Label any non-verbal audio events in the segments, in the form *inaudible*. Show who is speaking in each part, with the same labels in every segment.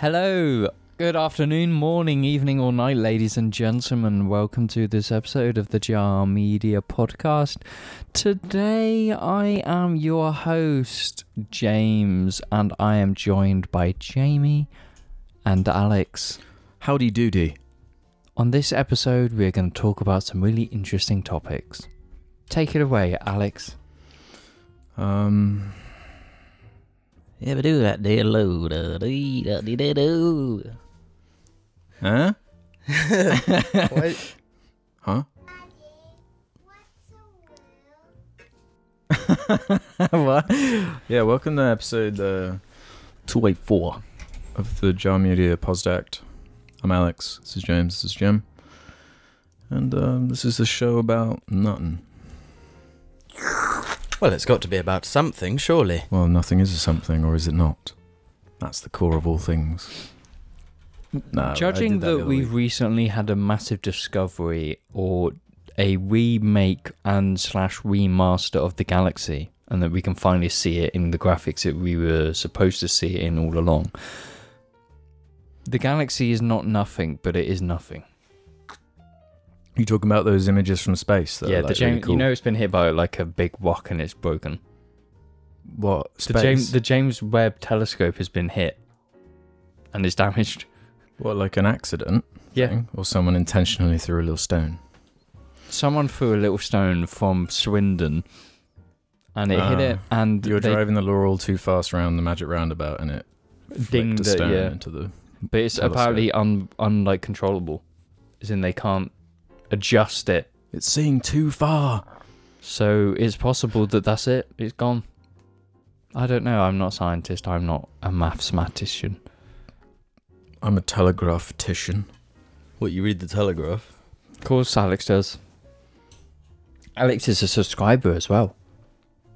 Speaker 1: Hello, good afternoon, morning, evening, or night, ladies and gentlemen. Welcome to this episode of the Jar Media Podcast. Today, I am your host, James, and I am joined by Jamie and Alex.
Speaker 2: Howdy doody.
Speaker 1: On this episode, we're going to talk about some really interesting topics. Take it away, Alex.
Speaker 2: Um,
Speaker 3: Ever do that there low da dee da dee da doo.
Speaker 2: *laughs* huh?
Speaker 3: What?
Speaker 2: Huh? *laughs* what? Yeah, welcome to episode uh, 284 of the Jar Media Posdact. I'm Alex. This is James. This is Jim. And um, this is a show about nothing.
Speaker 4: Well, it's got to be about something, surely.
Speaker 2: Well, nothing is a something, or is it not? That's the core of all things. No, I
Speaker 1: Judging
Speaker 2: did
Speaker 1: that,
Speaker 2: that the other
Speaker 1: we've
Speaker 2: week.
Speaker 1: recently had a massive discovery or a remake and slash remaster of the galaxy, and that we can finally see it in the graphics that we were supposed to see it in all along. The galaxy is not nothing, but it is nothing.
Speaker 2: you talking about those images from space? That
Speaker 1: yeah,
Speaker 2: are,
Speaker 1: the
Speaker 2: like,
Speaker 1: James,
Speaker 2: really cool.
Speaker 1: you know it's been hit by like a big rock and it's broken.
Speaker 2: what
Speaker 1: The
Speaker 2: space?
Speaker 1: James, the James Webb telescope has been hit, and it's damaged.
Speaker 2: What, like an accident?
Speaker 1: Yeah.
Speaker 2: thing? Or someone intentionally threw a little stone?
Speaker 1: Someone threw a little stone from Swindon, and it hit
Speaker 2: Ah,
Speaker 1: it, and
Speaker 2: You were
Speaker 1: they
Speaker 2: driving the Laurel too fast round the magic roundabout and it flicked
Speaker 1: dinged
Speaker 2: a
Speaker 1: it,
Speaker 2: stone
Speaker 1: yeah.
Speaker 2: into the.
Speaker 1: But it's
Speaker 2: Telescope.
Speaker 1: apparently un, unlike controllable, as in they can't adjust it.
Speaker 2: It's seeing too far.
Speaker 1: So it's possible that that's it. It's gone. I don't know. I'm not a scientist. I'm not a mathematician.
Speaker 2: I'm a telegraphician.
Speaker 4: What, you read the Telegraph?
Speaker 1: Of course, Alex does. Alex is a subscriber as well.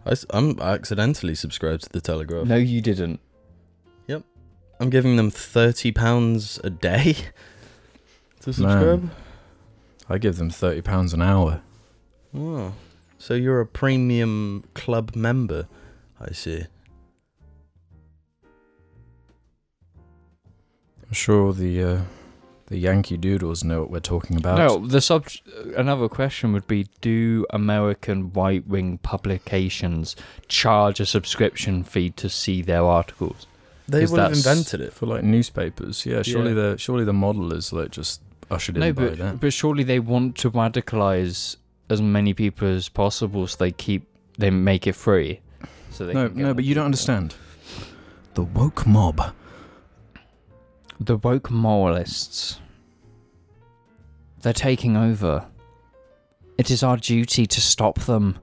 Speaker 4: I, s- I'm I accidentally subscribed to the Telegraph.
Speaker 1: No, you didn't.
Speaker 4: I'm giving them £30 a day *laughs* to subscribe.
Speaker 2: I give them thirty pounds an hour.
Speaker 4: Oh. So you're a premium club member, I see.
Speaker 2: I'm sure the uh, the Yankee Doodles know what we're talking about.
Speaker 1: No, the sub. Another question would be: Do American right-wing publications charge a subscription fee to see their articles?
Speaker 4: They
Speaker 1: 'Cause
Speaker 4: would have
Speaker 1: that's-
Speaker 4: invented it.
Speaker 2: for like newspapers. Yeah, surely
Speaker 1: Yeah.
Speaker 2: the surely the model is like just ushered in
Speaker 1: no,
Speaker 2: by
Speaker 1: but,
Speaker 2: that.
Speaker 1: but surely they want to radicalize as many people as possible, so they keep they make it free. So they
Speaker 2: No,
Speaker 1: can get
Speaker 2: no,
Speaker 1: more
Speaker 2: but you don't
Speaker 1: people.
Speaker 2: understand. The woke mob.
Speaker 1: The woke moralists. They're taking over. It is our duty to stop them.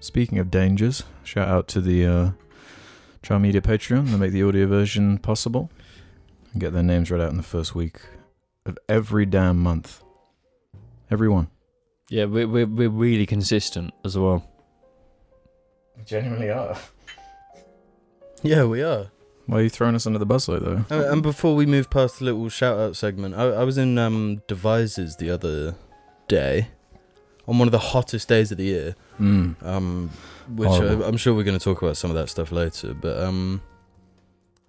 Speaker 2: Speaking of dangers, shout out to the uh, Char Media Patreon. They make the audio version possible and get their names read out in the first week of every damn month. Everyone.
Speaker 1: Yeah, we're we're, we're really consistent as well.
Speaker 2: Genuinely are.
Speaker 4: Yeah, we are.
Speaker 2: Why are you throwing us under the bus like that?
Speaker 4: And, and before we move past the little shout out segment, I, I was in um, Devises the other day on one of the hottest days of the year.
Speaker 2: Mm.
Speaker 4: um, which
Speaker 2: Horrible.
Speaker 4: I, I'm sure we're going to talk about some of that stuff later. But um,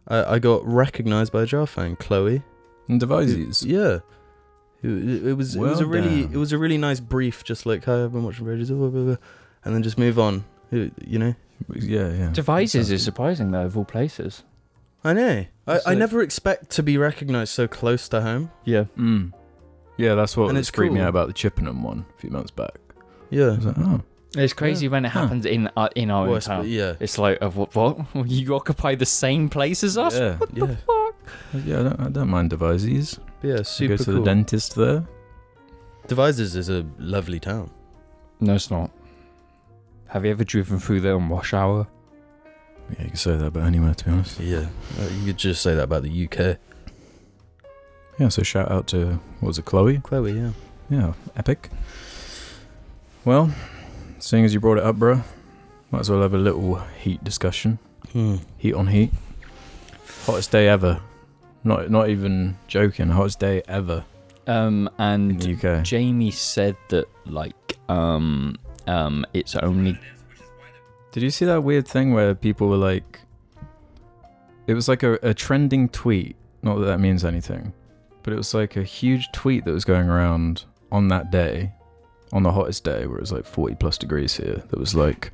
Speaker 4: I, I got recognised by a jar fan, Chloe.
Speaker 2: And
Speaker 4: who-
Speaker 2: devises.
Speaker 4: yeah, who- it, it was it was a
Speaker 2: Oh, Well
Speaker 4: really
Speaker 2: done.
Speaker 4: it was a really nice brief, just like hi, I've been watching Rages, blah, blah, blah, and then just move on. Who- You know,
Speaker 2: Yeah, yeah.
Speaker 1: Devices
Speaker 2: Exactly.
Speaker 1: is surprising though, of all places.
Speaker 4: I know. I,
Speaker 1: It's
Speaker 4: I
Speaker 1: like-
Speaker 4: never expect to be recognised so close to home.
Speaker 1: Yeah.
Speaker 2: Mm. Yeah, that's what
Speaker 4: And
Speaker 2: was
Speaker 4: it's
Speaker 2: freaked me
Speaker 4: cool.
Speaker 2: out about the Chippenham one a few months back. I
Speaker 4: Yeah,
Speaker 2: was like, oh.
Speaker 1: It's crazy when it
Speaker 2: Huh.
Speaker 1: happens in our, in our
Speaker 4: Well,
Speaker 1: own
Speaker 4: it's-
Speaker 1: town.
Speaker 4: yeah,
Speaker 1: It's like, uh, what, what? *laughs* You occupy the same place as us?
Speaker 2: Yeah,
Speaker 4: yeah,
Speaker 2: yeah I, don't, I don't mind devises.
Speaker 4: But yeah.
Speaker 2: You go
Speaker 4: Super
Speaker 2: to
Speaker 4: cool.
Speaker 2: the dentist there.
Speaker 4: Devises is a lovely town.
Speaker 1: No, it's not. Have you ever driven through there on rush hour?
Speaker 2: Yeah, you can say that, but anywhere, to be honest.
Speaker 4: Yeah, Uh, you could just say that about the UK.
Speaker 2: Yeah, so shout out to, what was it, Chloe?
Speaker 4: Chloe, yeah.
Speaker 2: Yeah, epic. Well, seeing as you brought it up, bro, might as well have a little heat discussion.
Speaker 4: Hmm.
Speaker 2: Heat on heat. Hottest day ever. Not not even joking. Hottest day ever
Speaker 1: Um,
Speaker 2: in
Speaker 1: and
Speaker 2: the UK.
Speaker 1: Jamie said that like um um it's only
Speaker 2: Did you see that weird thing where people were like, It was like a, a trending tweet. Not that that means anything, but it was like a huge tweet that was going around on that day, on the hottest day where it was like 40 plus degrees here. That was like,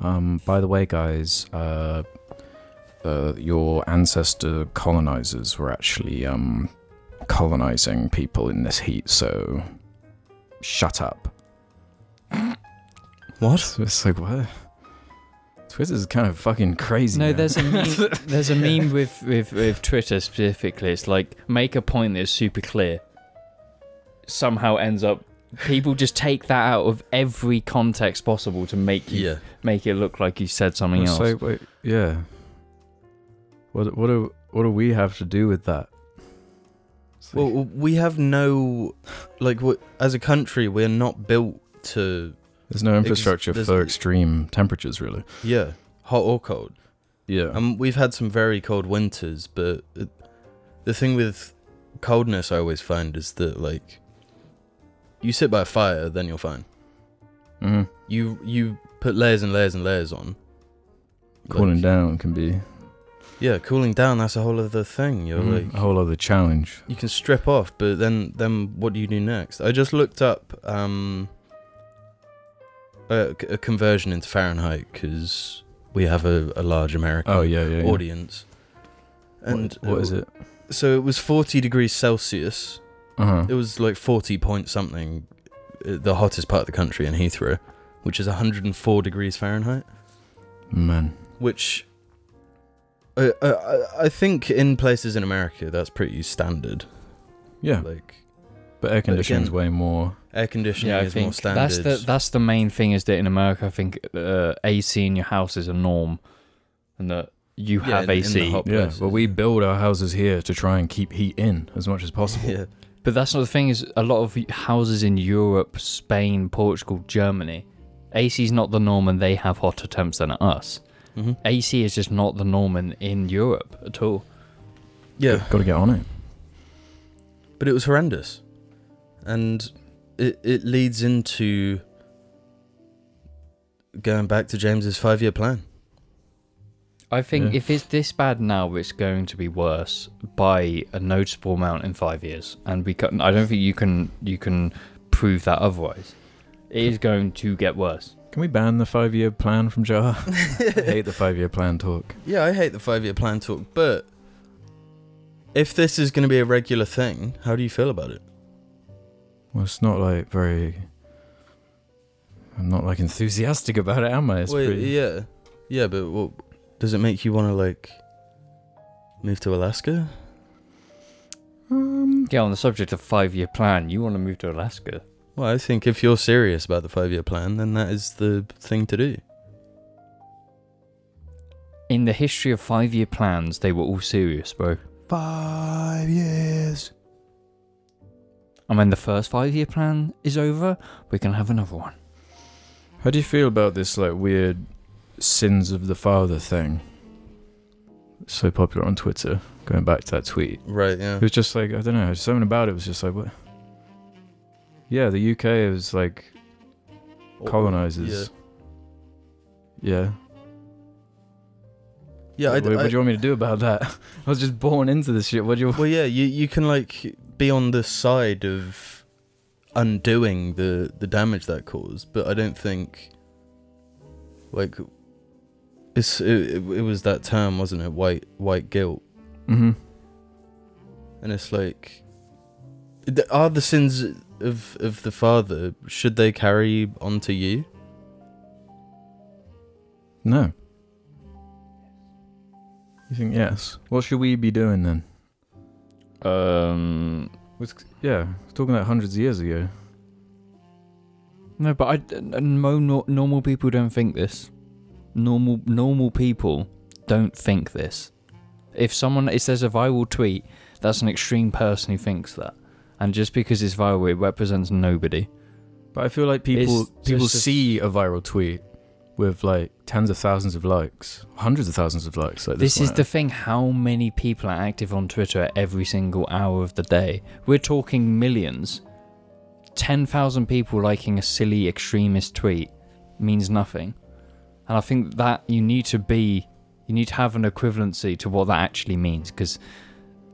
Speaker 2: um, by the way, guys, uh, uh, your ancestor colonizers were actually um, colonizing people in this heat, so shut up.
Speaker 4: What?
Speaker 2: So it's like, what? Twitter's kind of fucking crazy.
Speaker 1: No,
Speaker 2: man.
Speaker 4: *laughs*
Speaker 1: there's a meme, there's a meme with, with, with Twitter specifically. It's like make a point that's super clear. Somehow ends up people just take that out of every context possible to make you
Speaker 4: Yeah.
Speaker 1: make it look like you said something
Speaker 2: It's
Speaker 1: else.
Speaker 2: like, wait, yeah. What what do what do we have to do with that? It's like-
Speaker 4: Well, we have no, like, we- as a country, we're not built to,
Speaker 2: there's no infrastructure
Speaker 4: there's-
Speaker 2: for extreme temperatures, really.
Speaker 4: yeah, hot or cold.
Speaker 2: Yeah,
Speaker 4: Um, we've had some very cold winters, but it, the thing with coldness I always find is that, like, you sit by a fire, then you're fine.
Speaker 2: hmm
Speaker 4: You you put layers and layers and layers on.
Speaker 2: cooling
Speaker 4: Like,
Speaker 2: down can be
Speaker 4: Yeah, cooling down. That's a whole other thing. You're
Speaker 2: mm, a
Speaker 4: like,
Speaker 2: whole other challenge.
Speaker 4: you can strip off, but then then what do you do next? I just looked up um a, a conversion into Fahrenheit because we have a, a large American
Speaker 2: Oh yeah, yeah. yeah.
Speaker 4: audience. uh,
Speaker 2: What- what is it?
Speaker 4: So it was 40 degrees Celsius.
Speaker 2: Uh
Speaker 4: It
Speaker 2: huh.
Speaker 4: was like 40 point something, uh, the hottest part of the country in Heathrow, which is 104 degrees Fahrenheit.
Speaker 2: Man,
Speaker 4: Which I, I, I- I think in places in America that's pretty standard.
Speaker 2: yeah,
Speaker 4: Like
Speaker 2: but air conditioning's way more.
Speaker 4: air conditioning
Speaker 1: yeah, I
Speaker 4: is more
Speaker 1: think
Speaker 4: standard.
Speaker 1: that's the that's the main thing is that in America, I think uh, AC in your house is a norm, and that you
Speaker 4: Yeah,
Speaker 1: have
Speaker 4: in- in the
Speaker 1: AC.
Speaker 4: hot
Speaker 2: Yeah,
Speaker 4: places.
Speaker 2: well, we build our houses here to try and keep heat in as much as possible.
Speaker 4: *laughs* Yeah.
Speaker 1: But that's not the thing. Is a lot of houses in Europe, Spain, Portugal, Germany, AC is not the norm, and they have hotter temps than us.
Speaker 4: hmm
Speaker 1: AC is just not the norm in, in Europe at all.
Speaker 4: Yeah.
Speaker 2: Got to get on it.
Speaker 4: but it was horrendous and it, it leads into going back to james's five-year
Speaker 1: *laughs*
Speaker 4: plan
Speaker 1: I think
Speaker 2: Yeah.
Speaker 1: if it's this bad now, it's going to be worse by a noticeable amount in five years, and we can, I don't think you can you can prove that otherwise. It is going to get worse.
Speaker 2: Can we ban the five-year plan from Jar?
Speaker 4: *laughs*
Speaker 2: I hate the five-year plan talk.
Speaker 4: yeah i hate the five-year plan talk but if this is going to be a regular thing how do you feel about it
Speaker 2: Well, it's not like very. I'm not like enthusiastic about it, am I? It's
Speaker 4: Wait,
Speaker 2: pretty.
Speaker 4: yeah yeah but what, does it make you want to like move to alaska
Speaker 2: Um,
Speaker 1: Yeah, on the subject of five year plan, you want to move to Alaska?
Speaker 4: well i think if you're serious about the five-year plan then that is the thing to do
Speaker 1: In the history of five year plans, they were all serious, bro.
Speaker 2: five years.
Speaker 1: And when the first five year plan is over, we can have another one.
Speaker 2: How do you feel about this like weird sins of the father thing? It's so popular on Twitter. Going back to that tweet,
Speaker 4: right yeah
Speaker 2: it was just like I don't know. Something about it was just like what? Yeah, the UK is like colonizes. Yeah.
Speaker 4: yeah, I
Speaker 2: what,
Speaker 4: d-
Speaker 2: what
Speaker 4: I-
Speaker 2: do
Speaker 4: *laughs*
Speaker 2: you want me to do about that? *laughs* I was just born into this shit. What do you?
Speaker 4: Well, yeah, you you can like be on the side of undoing the the damage that caused, but I don't think like it's it, it, it was that term, wasn't it? White white guilt,
Speaker 2: Mm-hmm.
Speaker 4: and it's like th- are the sins of of the father should they carry on to you?
Speaker 2: No. You think yes? What should we be doing then?
Speaker 1: Um,
Speaker 2: With, yeah, we're talking about hundreds of years ago.
Speaker 1: No, but I d- n- no, no, normal people don't think this. Normal normal people don't think this. If someone it says a viral tweet, that's an extreme person who thinks that. And just because it's viral, it represents nobody.
Speaker 2: But I feel like people
Speaker 1: It's
Speaker 2: people
Speaker 1: just a-
Speaker 2: see a viral tweet with like tens of thousands of likes, hundreds of thousands of likes. Like this,
Speaker 1: This is
Speaker 2: one.
Speaker 1: the thing: how many people are active on Twitter every single hour of the day? We're talking millions. Ten thousand people liking a silly extremist tweet means nothing, and I think that you need to be You need to have an equivalency to what that actually means because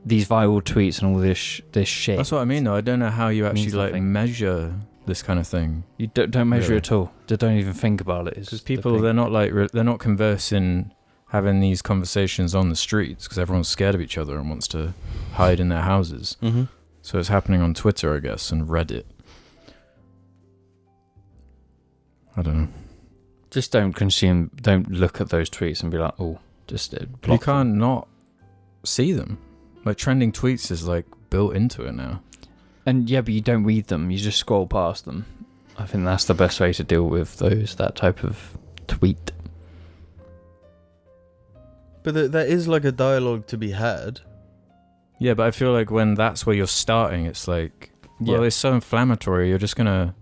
Speaker 1: these viral tweets and all this sh- this shit.
Speaker 2: That's what I mean, though. I don't know how you actually
Speaker 1: Means
Speaker 2: like
Speaker 1: nothing.
Speaker 2: measure this kind of thing
Speaker 1: you don't, don't measure
Speaker 2: Really?
Speaker 1: at all. They don't even think about it. It's
Speaker 2: because
Speaker 1: the
Speaker 2: people
Speaker 1: thing.
Speaker 2: they're not like re- they're not conversing, having these conversations on the streets because everyone's scared of each other and wants to hide in their houses.
Speaker 4: Mm-hmm.
Speaker 2: So it's happening on Twitter, I guess, and Reddit. I don't know.
Speaker 1: just don't consume. Don't look at those tweets and be like, oh, just uh,
Speaker 2: you
Speaker 1: block them.
Speaker 2: can't not see them. Like trending tweets is like built into it now.
Speaker 1: And yeah, but you don't read them. You just scroll past them. I think that's the best way to deal with those that type of tweet.
Speaker 4: But there, there is like a dialogue to be had.
Speaker 2: Yeah, but I feel like when that's where you're starting, it's like, well,
Speaker 1: Yeah.
Speaker 2: it's so inflammatory. You're just gonna,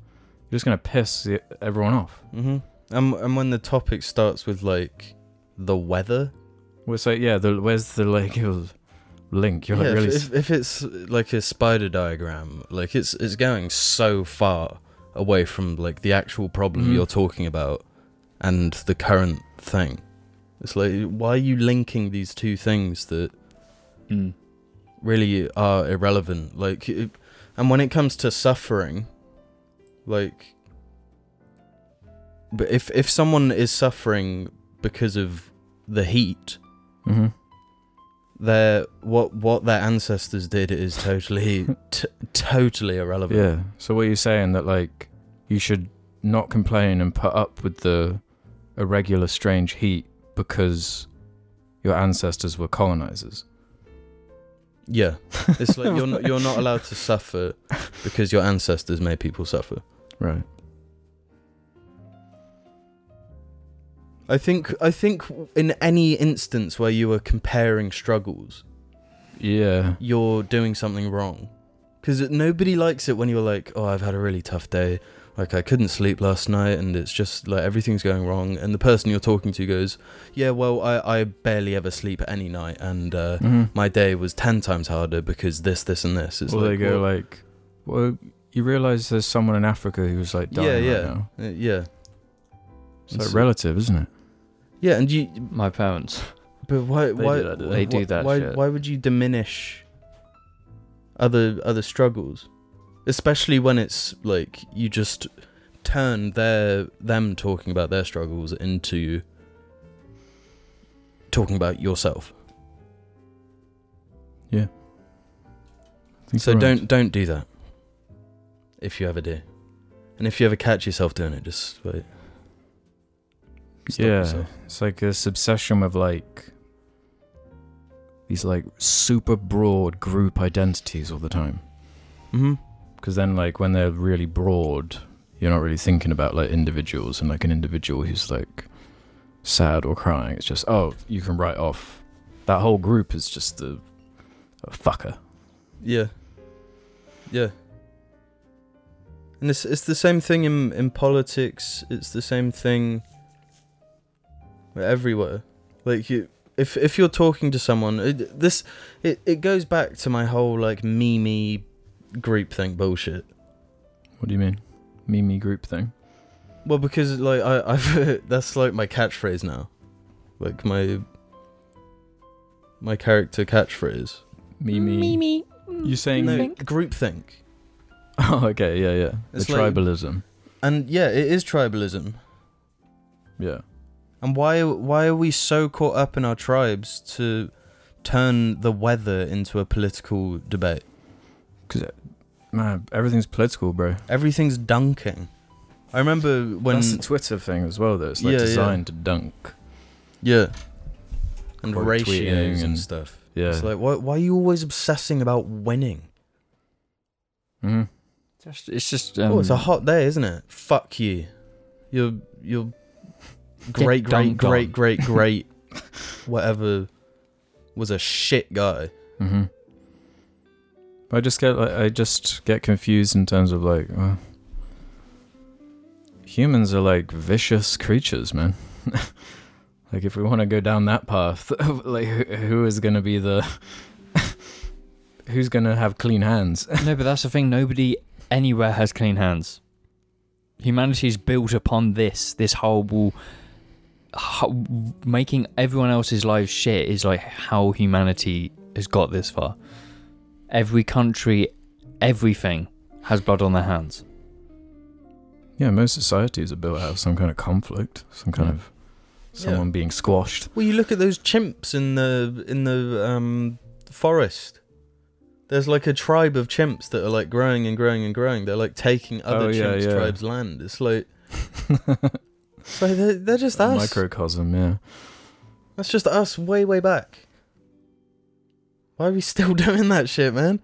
Speaker 2: you're just gonna piss the- everyone off.
Speaker 4: Mm-hmm. And and when the topic starts with like the weather,
Speaker 2: Well, it's like, yeah, the, where's the like *laughs* l- link? You're
Speaker 4: Yeah,
Speaker 2: like
Speaker 4: if-
Speaker 2: really. s-
Speaker 4: if, if it's like a spider diagram, like it's it's going so far away from like the actual problem
Speaker 2: Mhm.
Speaker 4: you're talking about and the current thing. It's like why are you linking these two things that Mm. really are irrelevant. Like, it, and when it comes to suffering, like, but if if someone is suffering because of the heat,
Speaker 2: Mhm.
Speaker 4: their what what their ancestors did is totally t- totally irrelevant.
Speaker 2: Yeah. So what you're saying that like you should not complain and put up with the irregular, strange heat because your ancestors were colonizers.
Speaker 4: Yeah, it's like you're not, you're not allowed to suffer because your ancestors made people suffer.
Speaker 2: Right.
Speaker 4: I think I think in any instance where you are comparing struggles,
Speaker 2: Yeah.
Speaker 4: you're doing something wrong. Because nobody likes it when you're like, oh, I've had a really tough day. Like, I couldn't sleep last night, and it's just like everything's going wrong. And the person you're talking to goes, yeah, well, I, I barely ever sleep any night, and uh,
Speaker 2: Mhm.
Speaker 4: my day was 10 times harder because this, this, and this. It's
Speaker 2: Or
Speaker 4: like,
Speaker 2: they go
Speaker 4: well,
Speaker 2: like, well, you realize there's someone in Africa who's like dying
Speaker 4: Yeah,
Speaker 2: right
Speaker 4: yeah.
Speaker 2: now.
Speaker 4: uh, yeah.
Speaker 2: It's like
Speaker 4: It's-
Speaker 2: relative, isn't it?
Speaker 4: Yeah, and you,
Speaker 1: My parents.
Speaker 4: but why,
Speaker 2: They
Speaker 4: why,
Speaker 2: do that, do
Speaker 1: they? They do that
Speaker 4: Why,
Speaker 1: shit.
Speaker 4: why would you diminish other other struggles, especially when it's like you just turn their them talking about their struggles into talking about yourself. So don't don't do that. If you ever do, and if you ever catch yourself doing it, just wait. Stop
Speaker 2: yeah,
Speaker 4: yourself.
Speaker 2: it's like this obsession with like these like super broad group identities all the time.
Speaker 4: Mm-hmm.
Speaker 2: Because then, like when they're really broad, you're not really thinking about like individuals and like an individual who's like sad or crying. It's just oh, you can write off that whole group is just a, a fucker.
Speaker 4: Yeah. Yeah. And it's it's the same thing in in politics. It's the same thing everywhere. Like you if if you're talking to someone it, this it, it goes back to my whole like meme group thing bullshit.
Speaker 2: What do you mean, meme group thing?
Speaker 4: Well because like I I've *laughs* that's like my catchphrase now. Like my my character catchphrase.
Speaker 2: Meme.
Speaker 3: Mimi.
Speaker 2: You saying?
Speaker 4: No,
Speaker 3: *laughs*
Speaker 4: groupthink.
Speaker 2: *laughs* Oh, okay, yeah, yeah.
Speaker 4: It's
Speaker 2: the
Speaker 4: like-
Speaker 2: tribalism.
Speaker 4: And yeah, it is tribalism.
Speaker 2: Yeah.
Speaker 4: And why why are we so caught up in our tribes to turn the weather into a political debate?
Speaker 2: Man, everything's political, bro.
Speaker 4: Everything's dunking. I remember when
Speaker 2: That's the Twitter thing as well, though. It's like
Speaker 4: Yeah, yeah.
Speaker 2: designed to dunk.
Speaker 4: yeah, and
Speaker 2: Quote tweeting
Speaker 4: ratios and
Speaker 2: and-
Speaker 4: stuff.
Speaker 2: Yeah.
Speaker 4: It's like why why are you always obsessing about winning?
Speaker 2: Mhm.
Speaker 1: Just, it's just. Um,
Speaker 4: Mm-hmm. oh, it's a hot day, isn't it? Fuck you. You're you're great great
Speaker 1: dunked
Speaker 4: great
Speaker 1: on.
Speaker 4: great great whatever was a shit guy.
Speaker 2: Mhm. I just get like I just get confused in terms of like well, humans are like vicious creatures, man. *laughs* like if we want to go down that path, *laughs* like who, who is going to be the *laughs* who's going to have clean hands? *laughs*
Speaker 1: no, but that's the thing. Nobody anywhere has clean hands. Humanity is built upon this. This horrible how, making everyone else's lives shit is like how humanity has got this far. Every country, everything has blood on their hands.
Speaker 2: Yeah, most societies are built out of some kind of conflict, some kind
Speaker 1: Yeah.
Speaker 2: of someone being squashed. *laughs*
Speaker 4: Well, you look at those chimps in the in the um, forest. There's like a tribe of chimps that are like growing and growing and growing. They're like taking other
Speaker 2: Oh, yeah,
Speaker 4: chimps
Speaker 2: yeah.
Speaker 4: tribes' land. It's like, it's like they're, they're just us.
Speaker 2: Microcosm, yeah.
Speaker 4: That's just us way way back. Why are we still *laughs* doing that shit, man?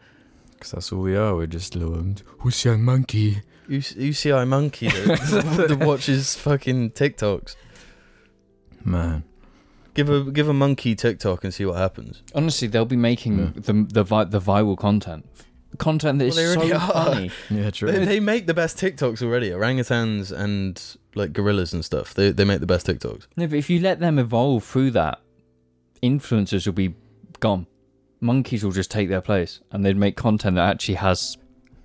Speaker 2: Because that's all we are. We're just little um, who's young monkey?
Speaker 4: U- UCI monkey
Speaker 1: *laughs*
Speaker 4: *laughs* that, that watches fucking TikToks.
Speaker 2: Man,
Speaker 4: Give a give a monkey TikTok and see what happens.
Speaker 1: Honestly, they'll be making
Speaker 2: Yeah.
Speaker 1: the the vi- the viral content, content that
Speaker 4: Well,
Speaker 1: is
Speaker 4: they already
Speaker 1: so
Speaker 4: are.
Speaker 1: funny.
Speaker 2: yeah, true.
Speaker 4: They, they make the best TikToks already. Orangutans and like gorillas and stuff. They they make the best TikToks.
Speaker 1: No, but if you let them evolve through that, influencers will be gone. Monkeys will just take their place, and they'd make content that actually has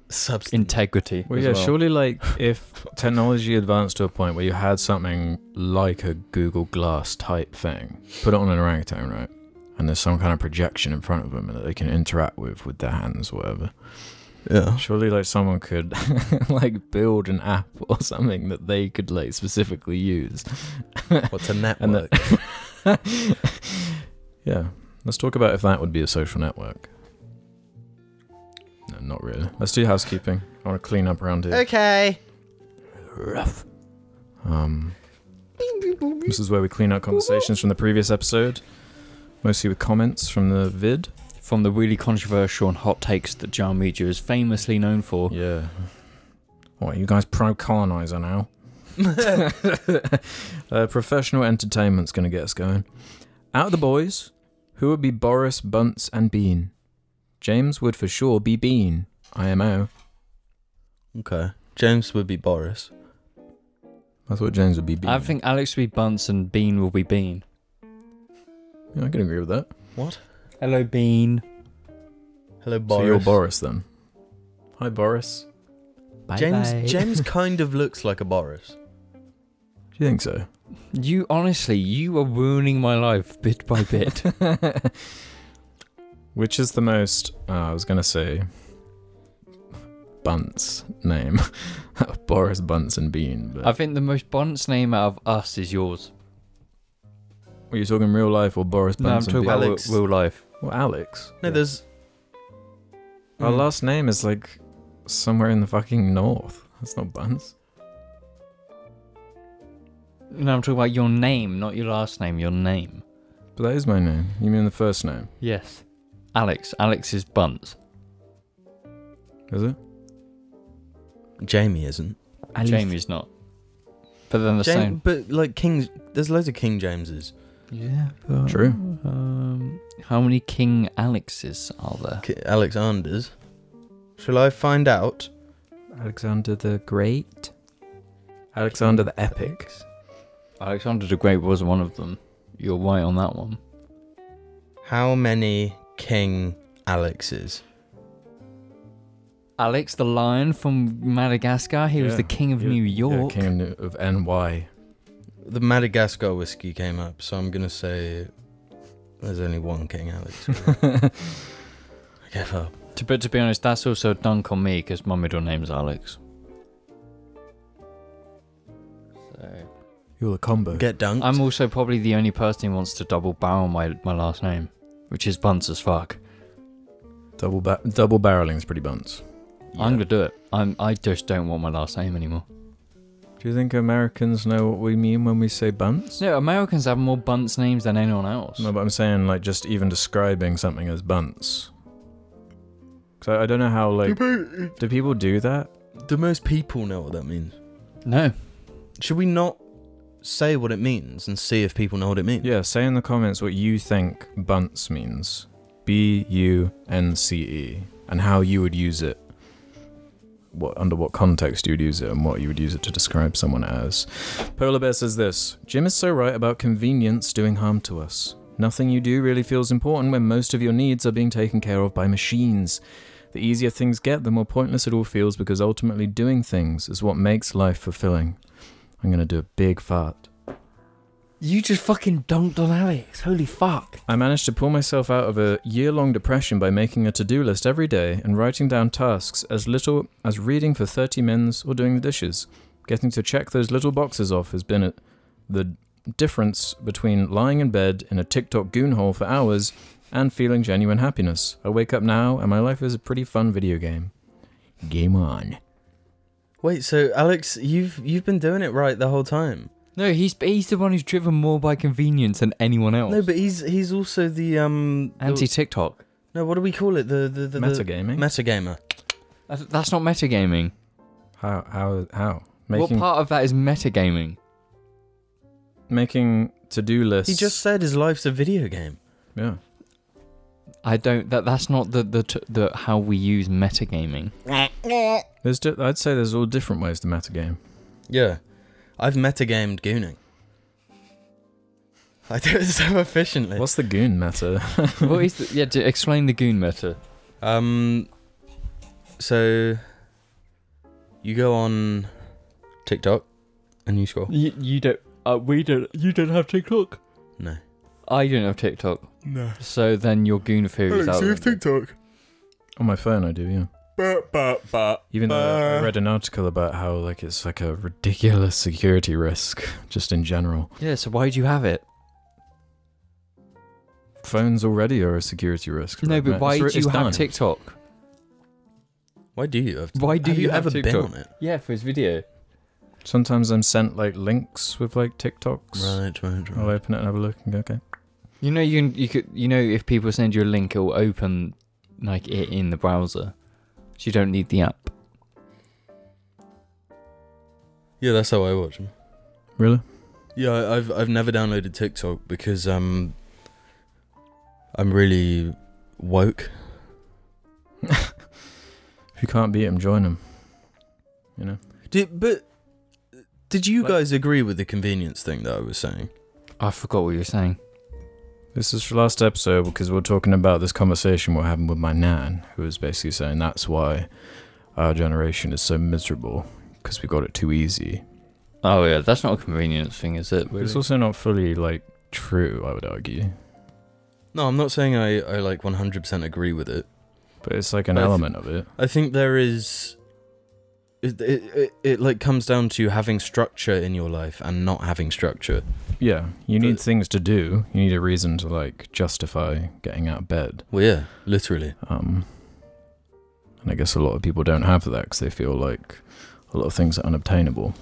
Speaker 4: Substance.
Speaker 1: integrity.
Speaker 2: Well,
Speaker 1: as
Speaker 2: yeah,
Speaker 1: well.
Speaker 2: surely, like, if technology advanced to a point where you had something like a Google Glass type thing, put it on an orangutan, right? And there's some kind of projection in front of them that they can interact with with their hands or whatever. *laughs*
Speaker 4: yeah.
Speaker 2: Surely, like, someone could, *laughs* like, build an app or something that they could, like, specifically use.
Speaker 4: What's a network?
Speaker 2: And yeah. Let's talk about if that would be a social network. No, not really. Let's do housekeeping. I want to clean up around here.
Speaker 4: okay.
Speaker 2: Rough. Um, this is where we clean out conversations from the previous episode, mostly with comments from the vid.
Speaker 1: From the really controversial and hot takes that Jar Media is famously known for.
Speaker 2: Yeah. What, you guys pro colonizer now? uh, professional entertainment's going to get us going. Out of the boys, who would be Boris, Bunce, and Bean? James would for sure be Bean. IMO.
Speaker 4: Okay. James would be Boris.
Speaker 2: I thought James would be Bean.
Speaker 1: I think Alex will be Bunce and Bean will be Bean.
Speaker 2: Yeah, I can agree with that.
Speaker 4: What?
Speaker 1: Hello, Bean.
Speaker 4: Hello,
Speaker 2: So
Speaker 4: Boris.
Speaker 2: you're Boris then. Hi, Boris.
Speaker 1: Bye
Speaker 4: James
Speaker 1: bye. *laughs*
Speaker 4: James kind of looks like a Boris.
Speaker 2: Do you think so?
Speaker 1: you honestly, you are ruining my life bit by *laughs* bit.
Speaker 2: Which is the most? Uh, I was gonna say Bunce name, *laughs* Boris Bunce and Bean. But
Speaker 1: I think the most Bunce name out of us is yours.
Speaker 2: were you talking real life or Boris
Speaker 1: No, I'm
Speaker 2: Bunce?
Speaker 1: talking
Speaker 2: and
Speaker 1: about real,
Speaker 4: Alex.
Speaker 1: real life.
Speaker 2: Bean? well, Alex.
Speaker 4: No, there's
Speaker 1: Hmm.
Speaker 4: Hmm.
Speaker 2: Our last name is like somewhere in the fucking north. That's not Bunce.
Speaker 1: No, I'm talking about your name, not your last name, your name.
Speaker 2: But that is my name. You mean the first name?
Speaker 1: Yes. Alex. Alex is Bunce.
Speaker 2: Is it?
Speaker 4: Jamie isn't.
Speaker 1: Jamie's not. But then the
Speaker 4: James,
Speaker 1: same.
Speaker 4: but like King, there's loads of King Jameses.
Speaker 1: Yeah.
Speaker 2: True.
Speaker 1: Um, how many King Alexes are there?
Speaker 4: K- Alexanders. Shall I find out?
Speaker 2: Alexander the Great. Alexander the Epic.
Speaker 1: Alexander the Great was one of them. You're right on that one.
Speaker 4: How many King Alexes?
Speaker 1: Alex the Lion from Madagascar. He was
Speaker 2: Yeah.
Speaker 1: the King of
Speaker 2: Yeah,
Speaker 1: New
Speaker 2: yeah,
Speaker 1: York.
Speaker 2: King of New- of
Speaker 1: *laughs*
Speaker 2: NY.
Speaker 4: The Madagascar whiskey came up, so I'm gonna say there's only one King Alex. I gave up.
Speaker 1: To- but to be honest, that's also a dunk on me because my middle name's Alex. So
Speaker 2: You're a combo.
Speaker 4: Get dunked.
Speaker 1: I'm also probably the only person who wants to double barrel my, my last name, which is Bunce as fuck.
Speaker 2: double ba- double barreling's pretty Bunce.
Speaker 1: I'm gonna do it. I'm. I just don't want my last name anymore.
Speaker 2: Do you think Americans know what we mean when we say bunts?
Speaker 1: No, Americans have more bunts names than anyone else.
Speaker 2: No, but I'm saying like just even describing something as bunts. Because I, I don't know how like do people do that?
Speaker 4: Do most people know what that means?
Speaker 1: No.
Speaker 4: Should we not say what it means and see if people know what it means?
Speaker 2: Yeah, say in the comments what you think bunts means. B U N C E and how you would use it. What under what context you would use it and what you would use it to describe someone as. Polar Bear says this Jim is so right about convenience doing harm to us. Nothing you do really feels important when most of your needs are being taken care of by machines. The easier things get, the more pointless it all feels because ultimately doing things is what makes life fulfilling. I'm gonna do a big fart.
Speaker 1: You just fucking dunked on Alex. Holy fuck.
Speaker 2: I managed to pull myself out of a year long depression by making a to do list every day and writing down tasks as little as reading for 30 minutes or doing the dishes. Getting to check those little boxes off has been a, the difference between lying in bed in a TikTok goon hole for hours and feeling genuine happiness. I wake up now and my life is a pretty fun video game. Game on.
Speaker 4: Wait, so Alex, you've you've been doing it right the whole time.
Speaker 1: No, he's he's the one who's driven more by convenience than anyone else.
Speaker 4: No, but he's he's also the um the-
Speaker 1: Anti TikTok.
Speaker 4: no, what do we call it? The the the, the
Speaker 2: Metagaming?
Speaker 4: Metagamer.
Speaker 1: That's that's not metagaming.
Speaker 2: How? How? How?
Speaker 1: What
Speaker 2: Making,
Speaker 1: part of that is metagaming?
Speaker 2: making to do lists.
Speaker 4: He just said his life's a video game.
Speaker 2: Yeah.
Speaker 1: I don't. That that's not the the t- the how we use metagaming.
Speaker 2: There's di- I'd say there's all different ways to metagame.
Speaker 4: Yeah, I've metagamed gooning. I do it *laughs* so efficiently.
Speaker 2: What's the
Speaker 1: *laughs*
Speaker 2: goon meta?
Speaker 1: what is the, yeah? To explain the goon meta.
Speaker 4: Um, so you go on TikTok and you scroll.
Speaker 1: You, you don't. Uh, we don't. You don't have TikTok.
Speaker 4: No.
Speaker 1: I don't have TikTok.
Speaker 4: No.
Speaker 1: So then your goon theory is out. the window.
Speaker 4: TikTok.
Speaker 2: On my phone, I do, yeah.
Speaker 4: But but but.
Speaker 2: Even though I read an article about how like it's like a ridiculous security risk, just in general.
Speaker 1: Yeah. So why do you have it?
Speaker 2: Phones already are a security risk.
Speaker 1: No,
Speaker 2: right,
Speaker 1: but
Speaker 2: Matt?
Speaker 1: why
Speaker 2: It's re-
Speaker 1: do you
Speaker 2: it's
Speaker 1: have
Speaker 2: done.
Speaker 1: TikTok?
Speaker 4: Why do you have?
Speaker 1: Why do
Speaker 4: have
Speaker 1: you have
Speaker 4: ever
Speaker 1: TikTok?
Speaker 4: been on it?
Speaker 1: Yeah, for his video.
Speaker 2: Sometimes I'm sent like links with like TikToks.
Speaker 4: Right, right, right.
Speaker 2: I'll open it and have a look and go, okay. *laughs*
Speaker 1: You know you can, you could you know if people send you a link, it will open like it in the browser, so you don't need the app.
Speaker 4: Yeah, that's how I watch them.
Speaker 2: Really?
Speaker 4: Yeah, I- I've I've never downloaded TikTok because um, I'm really woke.
Speaker 2: If you can't beat 'em, join 'em. You know?
Speaker 4: Did but did you
Speaker 2: Like-
Speaker 4: guys agree with the convenience thing that I was saying?
Speaker 1: I forgot what you were saying.
Speaker 2: This is for last episode because we're talking about this conversation we're having with my nan, who is basically saying that's why our generation is so miserable because we got it too easy.
Speaker 1: Oh yeah, that's not a convenience thing, is it?
Speaker 2: It's also not fully like true, I would argue,
Speaker 4: No, I'm not saying I I like 100% agree with it.
Speaker 2: but it's like an
Speaker 4: Both.
Speaker 2: element of it.
Speaker 4: I think there is. It, it, it, it like comes down to having structure in your life and not having structure.
Speaker 2: Yeah, you need
Speaker 4: But-
Speaker 2: things to do. You need a reason to like justify getting out of bed.
Speaker 4: Well, yeah, literally.
Speaker 2: Um, and I guess a lot of people don't have that because they feel like a lot of things are unobtainable.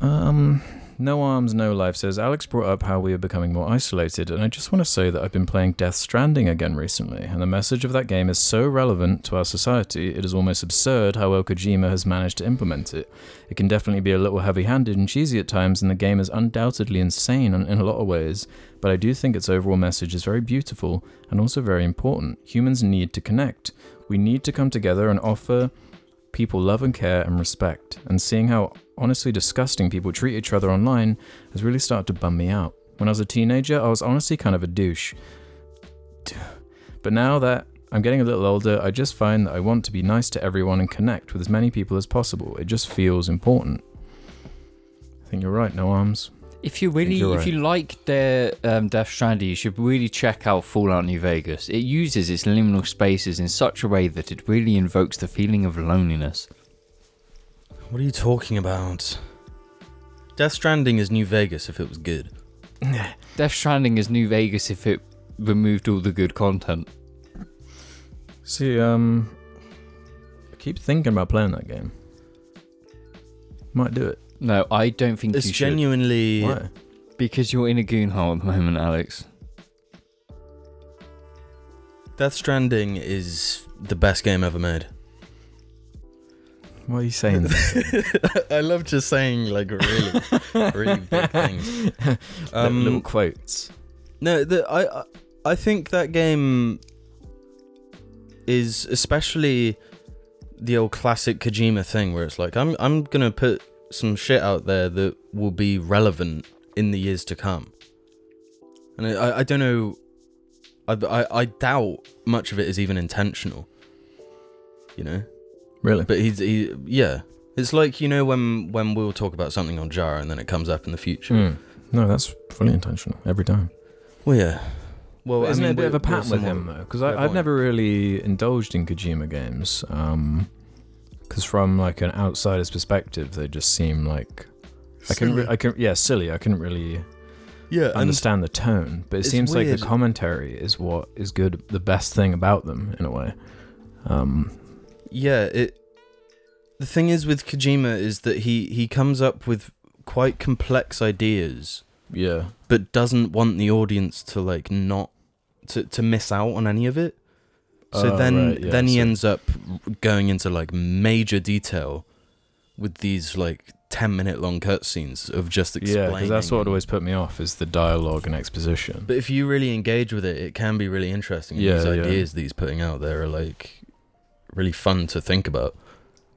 Speaker 2: Um, no arms, no life says Alex brought up how we are becoming more isolated, and I just want to say that I've been playing Death Stranding again recently, and the message of that game is so relevant to our society, it is almost absurd how well Kojima has managed to implement it. It can definitely be a little heavy handed and cheesy at times, and the game is undoubtedly insane in in a lot of ways, but I do think its overall message is very beautiful and also very important. Humans need to connect. We need to come together and offer people love and care and respect. And seeing how honestly disgusting people treat each other online has really started to bum me out. When I was a teenager, I was honestly kind of a douche. But now that I'm getting a little older, I just find that I want to be nice to everyone and connect with as many people as possible. It just feels important. I think you're right, no arms.
Speaker 1: If you really,
Speaker 2: You're
Speaker 1: if you like their um, Death Stranding, you should really check out Fallout New Vegas. It uses its liminal spaces in such a way that it really invokes the feeling of loneliness.
Speaker 4: What are you talking about? Death Stranding is New Vegas if it was good.
Speaker 1: Death Stranding is New Vegas if it removed all the good content.
Speaker 2: See, um, I keep thinking about playing that game. Might do it.
Speaker 1: No, I don't think
Speaker 4: It's
Speaker 1: you should.
Speaker 4: genuinely.
Speaker 2: Why?
Speaker 1: Because you're in a goon hole at the moment, Alex.
Speaker 4: Death Stranding is the best game ever made.
Speaker 2: Why are you saying
Speaker 4: *laughs*
Speaker 2: that?
Speaker 4: I love just saying like really, really big things. Um,
Speaker 2: Li- little quotes.
Speaker 4: No, the, I I- I think that game is especially the old classic Kojima thing where it's like I'm I'm gonna put some shit out there that will be relevant in the years to come, and I I- I don't know, I I, I doubt much of it is even intentional. You know,
Speaker 2: Really?
Speaker 4: but he's he
Speaker 2: Mm.
Speaker 4: yeah. It's like you know when when we'll talk about something on Jara and then it comes up in the future
Speaker 2: Hmm. No, that's fully intentional every time.
Speaker 4: Well, yeah. Well,
Speaker 2: But
Speaker 4: I
Speaker 2: isn't
Speaker 4: mean,
Speaker 2: it a bit
Speaker 4: we're-
Speaker 2: of a
Speaker 4: we're
Speaker 2: pattern with him
Speaker 4: somewhat-
Speaker 2: though? Because I've
Speaker 4: clairvoyant.
Speaker 2: never really indulged in Kojima games. Because from like an outsider's perspective, they just seem like I can, re- I can, yeah, silly. I couldn't really
Speaker 4: yeah, and
Speaker 2: understand the tone, but it
Speaker 4: it's
Speaker 2: seems like
Speaker 4: weird.
Speaker 2: the commentary is what is good, the best thing about them in a way. Um,
Speaker 4: yeah, it. The thing is with Kojima is that he he comes up with quite complex ideas,
Speaker 2: yeah,
Speaker 4: but doesn't want the audience to like not to to miss out on any of it. So
Speaker 2: Oh,
Speaker 4: then
Speaker 2: right, yeah,
Speaker 4: then he
Speaker 2: so-
Speaker 4: ends up going into like major detail with these like 10 minute long cutscenes of just
Speaker 2: yeah,
Speaker 4: explaining.
Speaker 2: because that's what always put me off is the dialogue and exposition.
Speaker 4: But if you really engage with it, it can be really interesting. and
Speaker 2: Yeah,
Speaker 4: these
Speaker 2: yeah.
Speaker 4: ideas that he's putting out there are like really fun to think about.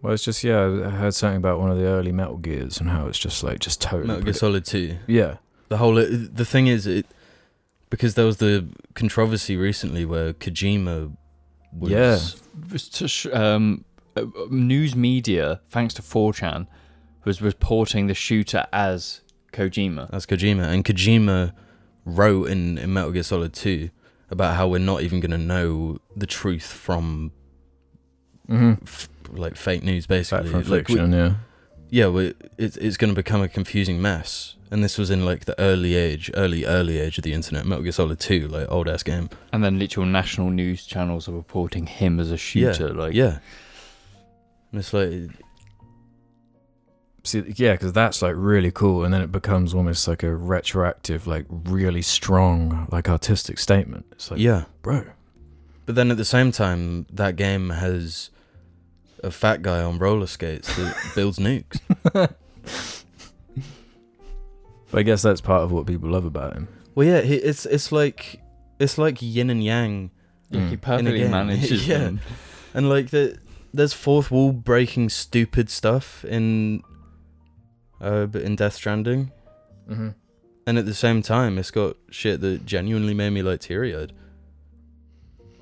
Speaker 2: well, it's just yeah, I heard something about one of the early Metal Gears and how it's just like just totally.
Speaker 4: Metal
Speaker 2: predict-
Speaker 4: Gear Solid 2.
Speaker 2: yeah,
Speaker 4: The whole uh, the thing is it because there was the controversy recently where Kojima was
Speaker 2: Yeah.
Speaker 1: was to sh- um, uh, news media, thanks to 4chan, was reporting the shooter as Kojima.
Speaker 4: That's Kojima. And Kojima wrote in, in Metal Gear Solid 2 about how we're not even going to know the truth from
Speaker 2: hmm
Speaker 4: f- like fake news,
Speaker 2: back
Speaker 4: basically.
Speaker 2: from
Speaker 4: like, we-
Speaker 2: fiction, yeah.
Speaker 4: yeah, we it's, it's going to become a confusing mess. And this was in like the early age, early, early age of the internet. Metal Gear Solid 2, like old ass game.
Speaker 1: And then literal national news channels are reporting him as a shooter. like,
Speaker 4: yeah. And it's like,
Speaker 2: See, yeah, because that's like really cool, and then it becomes almost like a retroactive, like really strong, like artistic statement. It's like,
Speaker 4: yeah.
Speaker 2: bro,
Speaker 4: But then at the same time, that game has a fat guy on roller skates that builds nukes.
Speaker 2: but I guess that's part of what people love about him.
Speaker 4: Well, yeah, he- it's it's like it's like yin and yang
Speaker 1: Yeah, he
Speaker 2: Mm.
Speaker 1: perfectly
Speaker 4: In a game. *laughs*
Speaker 1: manages
Speaker 4: Yeah.
Speaker 1: them.
Speaker 4: And like the, there's fourth wall breaking stupid stuff in uh but in Death Stranding.
Speaker 2: Mm-hmm.
Speaker 4: And at the same time it's got shit that genuinely made me like teary eyed.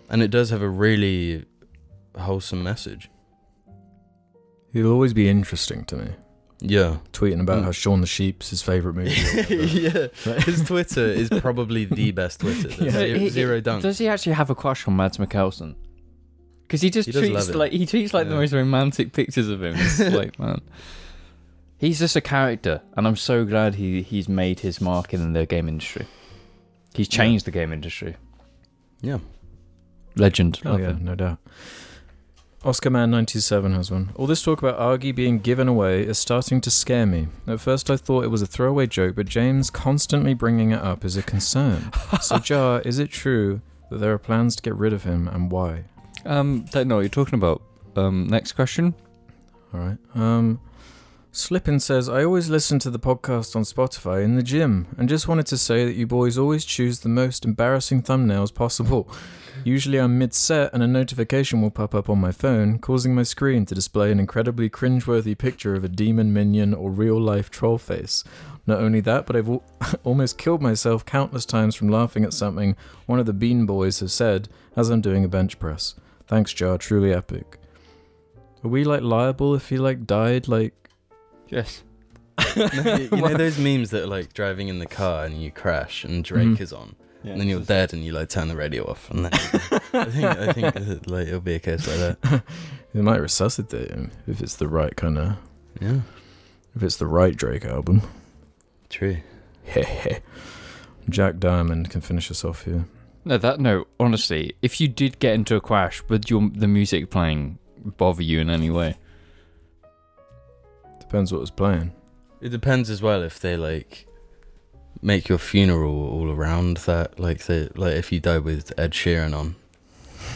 Speaker 4: And it does have a really wholesome message.
Speaker 2: He'll always be interesting to me.
Speaker 4: Yeah.
Speaker 1: *laughs*
Speaker 2: Tweeting about
Speaker 4: Mm.
Speaker 2: how Shaun the Sheep's his favorite movie. *laughs* Oh, or
Speaker 4: *laughs*
Speaker 2: whatever.
Speaker 4: yeah. His Twitter is
Speaker 1: *laughs*
Speaker 4: probably the best Twitter.
Speaker 2: Yeah.
Speaker 4: There's ze-
Speaker 1: He- he-
Speaker 4: Zero dunk.
Speaker 1: Does he actually have a crush on Mads Mikkelsen? Because he just
Speaker 4: He does
Speaker 1: treats
Speaker 4: love him.
Speaker 1: like he treats like the
Speaker 4: Yeah.
Speaker 1: most romantic pictures of him. *laughs* It's like man, he's just a character, and I'm so glad he he's made his mark in the game industry. He's
Speaker 4: Yeah.
Speaker 1: changed the game industry.
Speaker 4: Yeah.
Speaker 1: Legend. *laughs*
Speaker 2: Oh, yeah, no doubt. Oscar Man 97 has one. All this talk about Argy being given away is starting to scare me. At first I thought it was a throwaway joke, but James constantly bringing it up is a concern.
Speaker 1: *laughs*
Speaker 2: so, Jar, is it true that there are plans to get rid of him and why?
Speaker 1: Um, don't know what you're talking about. Um, next question.
Speaker 2: All right. Um, Slippin says, I always listen to the podcast on Spotify in the gym and just wanted to say that you boys always choose the most embarrassing thumbnails possible. Usually I'm mid set and a notification will pop up on my phone, causing my screen to display an incredibly cringeworthy picture of a demon minion or real life troll face. Not only that, but I've al- *laughs* almost killed myself countless times from laughing at something one of the Bean Boys has said as I'm doing a bench press. Thanks, Jar, truly epic. Are we like liable if he like died like?
Speaker 1: Yes. *laughs*
Speaker 4: you know those memes that are like driving in the car and you crash and Drake
Speaker 1: Mm-hmm.
Speaker 2: Mhm.
Speaker 4: is on. and then you're dead and you like turn the radio off and then
Speaker 1: *laughs*
Speaker 4: I think I think uh, like it'll be a case like that.
Speaker 2: It might resuscitate him if it's the right kind of
Speaker 4: Yeah,
Speaker 2: if it's the right Drake album. *laughs*
Speaker 4: true.
Speaker 2: Jack Diamond can finish us off here.
Speaker 1: No, that no. Honestly, if you did get into a crash, would your the music playing bother you in any way?
Speaker 2: Depends what was playing.
Speaker 4: It depends as well if they like make your funeral all around that like they like if you die with Ed Sheeran on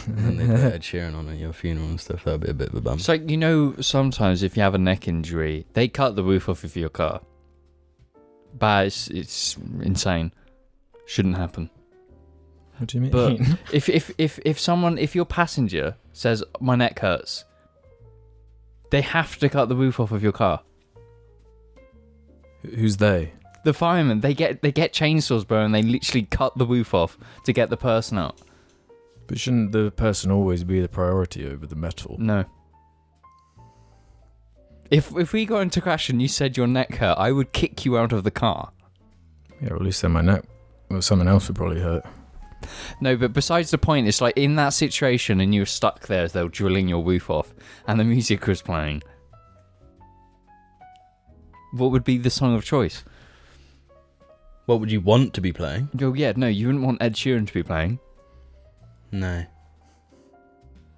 Speaker 4: and they *laughs* put Ed Sheeran on at your funeral and stuff that'd be a bit of a bum.
Speaker 1: It's like you know, sometimes if you have a neck injury, they cut the roof off of your car. But it's, it's insane. Shouldn't happen.
Speaker 2: *laughs* what do you mean? *laughs*
Speaker 1: But- If if if if someone, if your passenger says my neck hurts, they have to cut the roof off of your car.
Speaker 2: Who's they?
Speaker 1: The firemen, they get they get chainsaws, bro, and they literally cut the roof off to get the person out.
Speaker 2: But shouldn't the person always be the priority over the metal?
Speaker 4: Mm.
Speaker 1: No. If if we got into crash and you said your neck hurt, I would kick you out of the car.
Speaker 2: Yeah, or at least then my neck. Well, something else would probably
Speaker 4: *laughs*
Speaker 2: hurt. *laughs*
Speaker 1: No, but besides the point, it's like in that situation and you're stuck there as they're drilling your roof off and the music was playing. What would be the song of choice?
Speaker 4: What would you want to be playing?
Speaker 1: Oh, yeah, no, you wouldn't want Ed Sheeran to be playing.
Speaker 4: No.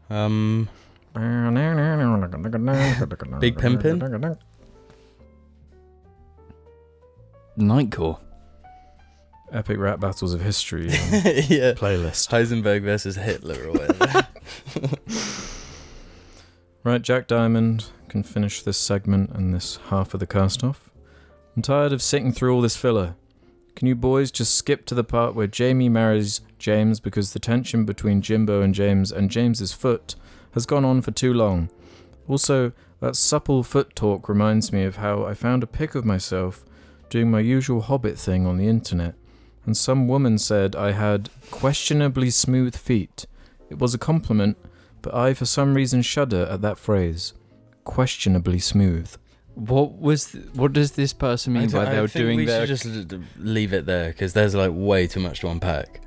Speaker 4: Um, *laughs*
Speaker 2: Big
Speaker 4: Pimpin'?
Speaker 1: Nightcore.
Speaker 2: Epic rap battles of history
Speaker 4: *laughs*
Speaker 2: um,
Speaker 4: yeah.
Speaker 2: playlist.
Speaker 4: Heisenberg versus Hitler or *laughs* whatever.
Speaker 2: Right, Jack Diamond can finish this segment and this half of the cast off. I'm tired of sitting through all this filler. Can you boys just skip to the part where Jamie marries James because the tension between Jimbo and James and James's foot has gone on for too long? Also, that supple foot talk reminds me of how I found a pic of myself doing my usual hobbit thing on the internet, and some woman said I had questionably smooth feet. It was a compliment, but I for some reason shudder at that phrase. Questionably smooth.
Speaker 1: What was. Th- what does this person mean by they were doing
Speaker 4: we
Speaker 1: their.
Speaker 4: should just l- l- leave it there because there's like way too much to unpack.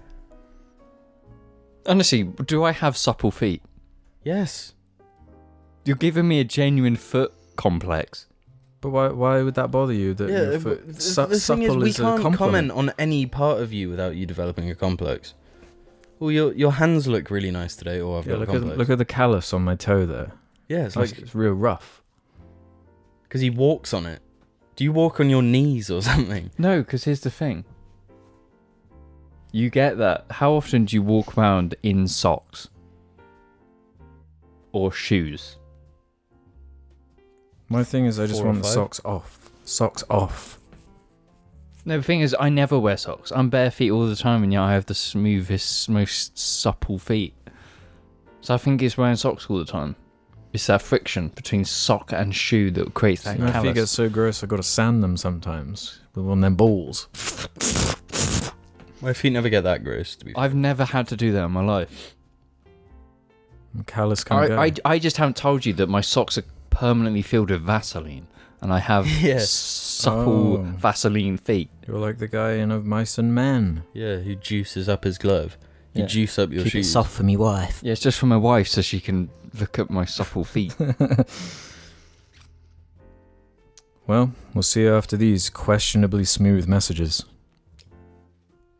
Speaker 1: Honestly, do I have supple feet?
Speaker 4: Yes.
Speaker 1: You're giving me a genuine foot complex.
Speaker 2: But why, why would that bother you that
Speaker 4: Yeah.
Speaker 2: your
Speaker 4: but
Speaker 2: foot
Speaker 4: th-
Speaker 2: su-
Speaker 4: the thing is,
Speaker 2: supple
Speaker 4: we
Speaker 2: is a
Speaker 4: can't
Speaker 2: compliment?
Speaker 4: comment on any part of you without you developing a complex. Well, your your hands look really nice today, or I've
Speaker 2: Yeah,
Speaker 4: got a
Speaker 2: look, at,
Speaker 4: complex.
Speaker 2: look at the callus on my toe there.
Speaker 4: yeah, it's
Speaker 2: It's like
Speaker 4: like
Speaker 2: it's real rough.
Speaker 4: because he walks on it. Do you walk on your knees or *laughs* something?
Speaker 1: No, because here's the thing. You get that. How often do you walk around in socks? Or shoes?
Speaker 2: My thing is, I just
Speaker 4: Four or
Speaker 2: want
Speaker 4: five?
Speaker 2: socks off. Socks off.
Speaker 1: No, the thing is, I never wear socks. I'm bare feet all the time, and yet I have the smoothest, most supple feet. So I think it's wearing socks all the time. It's that friction between sock and shoe that creates that
Speaker 2: My feet get
Speaker 1: callus.
Speaker 2: so gross, I gotta sand them sometimes with one of them balls.
Speaker 4: My feet never get that gross. To be fair.
Speaker 1: I've never had to do that in my life.
Speaker 2: And Callus can go.
Speaker 1: I, I, I just haven't told you that my socks are permanently filled with Vaseline, and I *laughs* have
Speaker 4: Yes.
Speaker 1: s- supple
Speaker 2: Oh.
Speaker 1: Vaseline feet.
Speaker 2: You're like the guy in Of Mice and Men.
Speaker 4: yeah, who juices up his glove? You
Speaker 1: Yeah.
Speaker 4: juice up your
Speaker 3: Keep it
Speaker 4: shoes.
Speaker 3: soft for me wife.
Speaker 1: Yeah, it's just for my wife, so she can look at my supple feet.
Speaker 2: Well, we'll see you after these questionably smooth messages.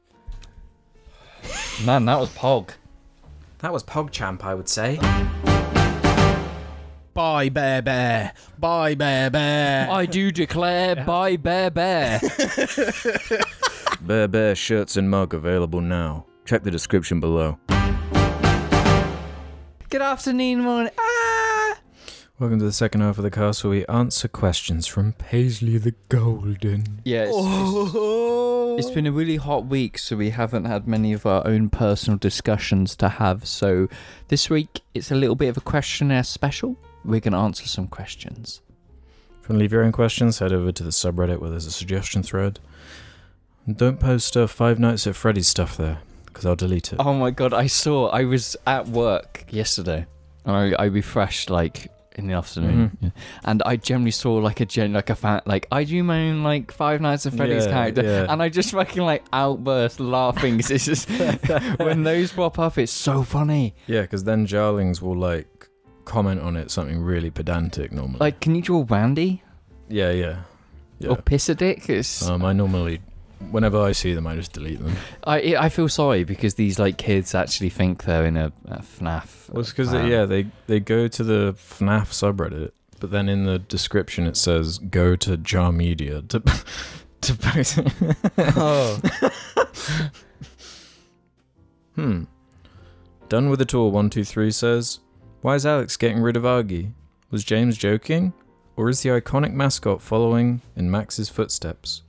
Speaker 1: *laughs* Man, that was pog.
Speaker 2: That was PogChamp, I would say.
Speaker 5: Bye, Bear Bear. Bye, Bear Bear.
Speaker 1: I do declare, by Bear Bear.
Speaker 2: Bear Bear shirts and mug available now. Check the description below.
Speaker 1: *laughs* Good afternoon, morning. Ah!
Speaker 2: Welcome to the second half of the cast where we answer questions from Paisley the Golden.
Speaker 1: Yeah, it's, it's- it's been a really hot week, so we haven't had many of our own personal discussions to have. So this week, it's a little bit of a questionnaire special. We're going to answer some questions.
Speaker 2: If you want to leave your own questions, head over to the subreddit where there's a suggestion thread. And don't post uh, Five Nights at Freddy's stuff there, because I'll delete it.
Speaker 1: *laughs* Oh my god, I saw, I was at work yesterday and I, I refreshed like in the afternoon.
Speaker 2: Mhm.
Speaker 1: Yeah. And I generally saw like a gen, like a fan, like I do my own like Five Nights at Freddy's
Speaker 2: Yeah,
Speaker 1: character.
Speaker 2: yeah.
Speaker 1: And I just fucking like outburst laughing *laughs* 'cause it's
Speaker 2: *laughs*
Speaker 1: just, *laughs* when those pop up, it's so funny.
Speaker 2: Yeah, because then Jarlings will, like, comment on it something really pedantic normally.
Speaker 1: Like, can you draw Randy
Speaker 2: yeah, yeah.
Speaker 1: or
Speaker 2: Yeah.
Speaker 1: piss a dick? It's,
Speaker 2: Um, I normally, whenever I see them, I just delete them.
Speaker 1: I I feel sorry because these like kids actually think they're in a, a FNAF.
Speaker 2: Well, it's because
Speaker 1: fan.
Speaker 2: yeah, they they go to the FNAF subreddit, but then in the description it says go to Jar Media to *laughs* to post.
Speaker 4: oh,
Speaker 2: *laughs* hmm. Done with the tour. One two three says, why is Alex getting rid of Argy? Was James joking, or is the iconic mascot following in Max's footsteps?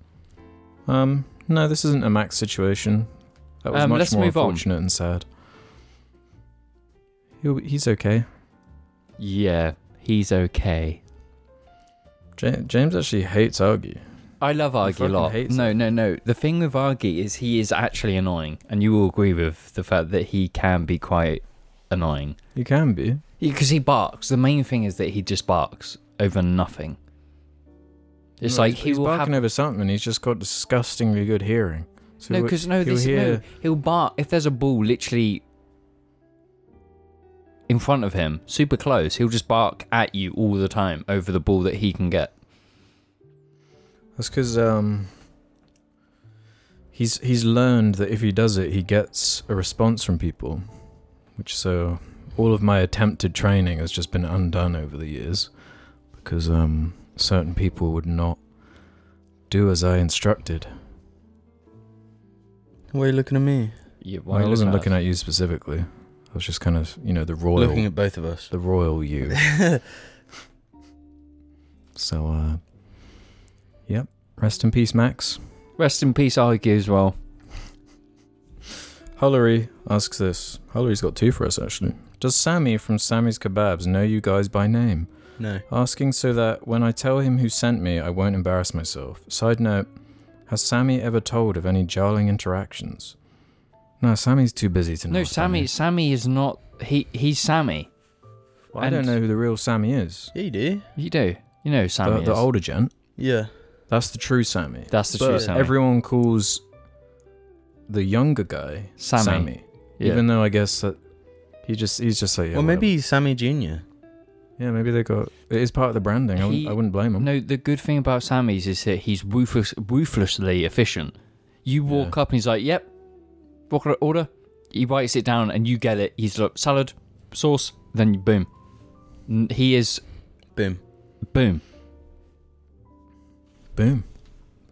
Speaker 2: Um, no, this isn't a Max situation. That was
Speaker 1: Um,
Speaker 2: much
Speaker 1: let's
Speaker 2: more
Speaker 1: move on.
Speaker 2: unfortunate and sad. He'll, he's okay.
Speaker 1: Yeah, he's okay.
Speaker 2: Ja- James actually hates Argy.
Speaker 1: I love Argy a
Speaker 2: fucking
Speaker 1: lot.
Speaker 2: hates
Speaker 1: No, no, no. The thing with Argy is he is actually annoying, and you will agree with the fact that he can be quite annoying
Speaker 2: You can be.
Speaker 1: because he barks. The main thing is that he just barks over nothing. It's
Speaker 2: No,
Speaker 1: like
Speaker 2: he's-
Speaker 1: he
Speaker 2: he's
Speaker 1: will have
Speaker 2: barking over something. He's just got disgustingly good hearing. So
Speaker 1: no,
Speaker 2: what-
Speaker 1: because no,
Speaker 2: he'll
Speaker 1: this no,
Speaker 2: hear-
Speaker 1: he'll bark if there's a ball literally in front of him, super close. He'll just bark at you all the time over the ball that he can get.
Speaker 2: That's because um, he's he's learned that if he does it, he gets a response from people, which so all of my attempted training has just been undone over the years because um, certain people would not do as I instructed.
Speaker 4: Why are you looking at me?
Speaker 1: You,
Speaker 2: I wasn't looking at you specifically. I was just kind of you know the royal
Speaker 4: Looking at both of us.
Speaker 2: the royal you. so uh, yep. Rest in peace, Max.
Speaker 1: Rest in peace, Argue as well.
Speaker 2: Hullery asks this. Hullery's got two for us, actually. Does Sammy from Sammy's Kebabs know you guys by name?
Speaker 4: no.
Speaker 2: Asking so that when I tell him who sent me, I won't embarrass myself. Side note Has Sammy ever told of any jarling interactions? No, Sammy's too busy to know.
Speaker 1: No, Sammy. Sammy is not. He he's Sammy.
Speaker 2: I don't
Speaker 1: and-
Speaker 2: know who the real Sammy is.
Speaker 4: Yeah, you do.
Speaker 1: You do. You know who Sammy.
Speaker 2: The, the
Speaker 1: is.
Speaker 2: older gent.
Speaker 4: Yeah.
Speaker 2: That's the true Sammy.
Speaker 1: That's the
Speaker 4: but
Speaker 1: true Sammy.
Speaker 2: Everyone calls the younger guy
Speaker 1: Sammy. Yeah.
Speaker 2: Even though I guess that he just he's just like yeah,
Speaker 4: well,
Speaker 2: whatever.
Speaker 4: maybe he's Sammy Junior.
Speaker 2: Yeah, maybe they got. It is part of the branding. I,
Speaker 1: He-
Speaker 2: wouldn't, I wouldn't blame them.
Speaker 1: No, the good thing about Sammy's is that he's ruthless, ruthlessly efficient. You walk up and he's like, "Yep, walk order, order." He writes it down and you get it. He's like, "Salad, sauce," then boom. N- He is
Speaker 4: Boom.
Speaker 1: boom.
Speaker 2: Boom.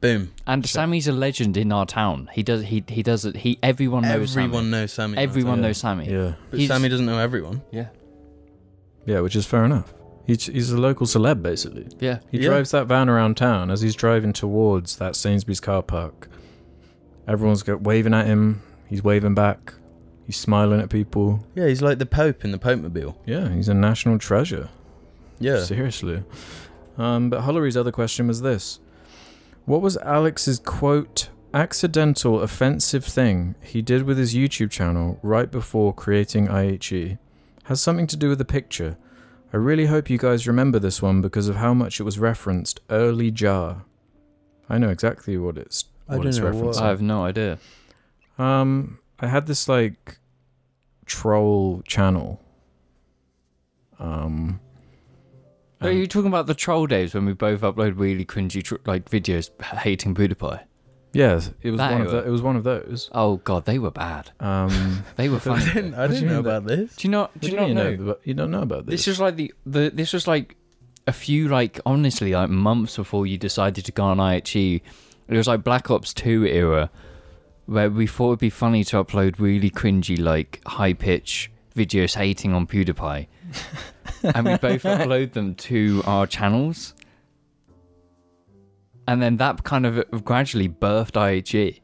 Speaker 4: Boom.
Speaker 1: And Sammy's a legend in our town. He does. He he does it. He everyone knows.
Speaker 4: everyone
Speaker 1: Sammy.
Speaker 4: knows Sammy.
Speaker 1: Everyone
Speaker 2: Yeah.
Speaker 1: knows Sammy.
Speaker 2: Yeah.
Speaker 4: But
Speaker 1: he's-
Speaker 4: Sammy doesn't know everyone.
Speaker 1: Yeah.
Speaker 2: Yeah, which is fair enough. He's, he's a local celeb, basically.
Speaker 1: Yeah.
Speaker 2: He
Speaker 4: Yeah.
Speaker 2: drives that van around town as he's driving towards that Sainsbury's car park. Everyone's got waving at him. He's waving back. He's smiling at people.
Speaker 4: Yeah, he's like the Pope in the Pope Mobile.
Speaker 2: Yeah, he's a national treasure.
Speaker 4: Yeah.
Speaker 2: Seriously. Um, but Hullery's other question was this What was Alex's quote, accidental offensive thing he did with his YouTube channel right before creating IHE? Has something to do with the picture. I really hope you guys remember this one because of how much it was referenced early jar. I know exactly what it's
Speaker 4: I
Speaker 2: what
Speaker 4: don't
Speaker 2: it's
Speaker 4: know what-
Speaker 2: referencing.
Speaker 1: I have no idea.
Speaker 2: Um, I had this like troll channel. Um,
Speaker 1: Are
Speaker 2: and-
Speaker 1: you talking about the troll days when we both upload really cringy tr- like videos h- hating PewDiePie?
Speaker 2: Yes, it was
Speaker 1: That
Speaker 2: one of
Speaker 1: you were.
Speaker 2: the, it was one of those.
Speaker 1: Oh god, they were bad. *laughs*
Speaker 2: Um,
Speaker 1: They were
Speaker 4: *laughs* I
Speaker 1: funny.
Speaker 4: didn't, I
Speaker 2: What do you
Speaker 4: didn't know
Speaker 2: mean that-
Speaker 4: about this.
Speaker 1: Do you not? Do you
Speaker 2: what
Speaker 1: not know?
Speaker 2: about- You don't know about this.
Speaker 1: This is like the, the this was like a few like honestly like months before you decided to go on IHE. It was like Black Ops Two era, where we thought it'd be funny to upload really cringy like high pitch videos hating on
Speaker 2: *laughs*
Speaker 1: PewDiePie, and we both upload them to our channels, and then that kind of uh, gradually birthed E. IHE.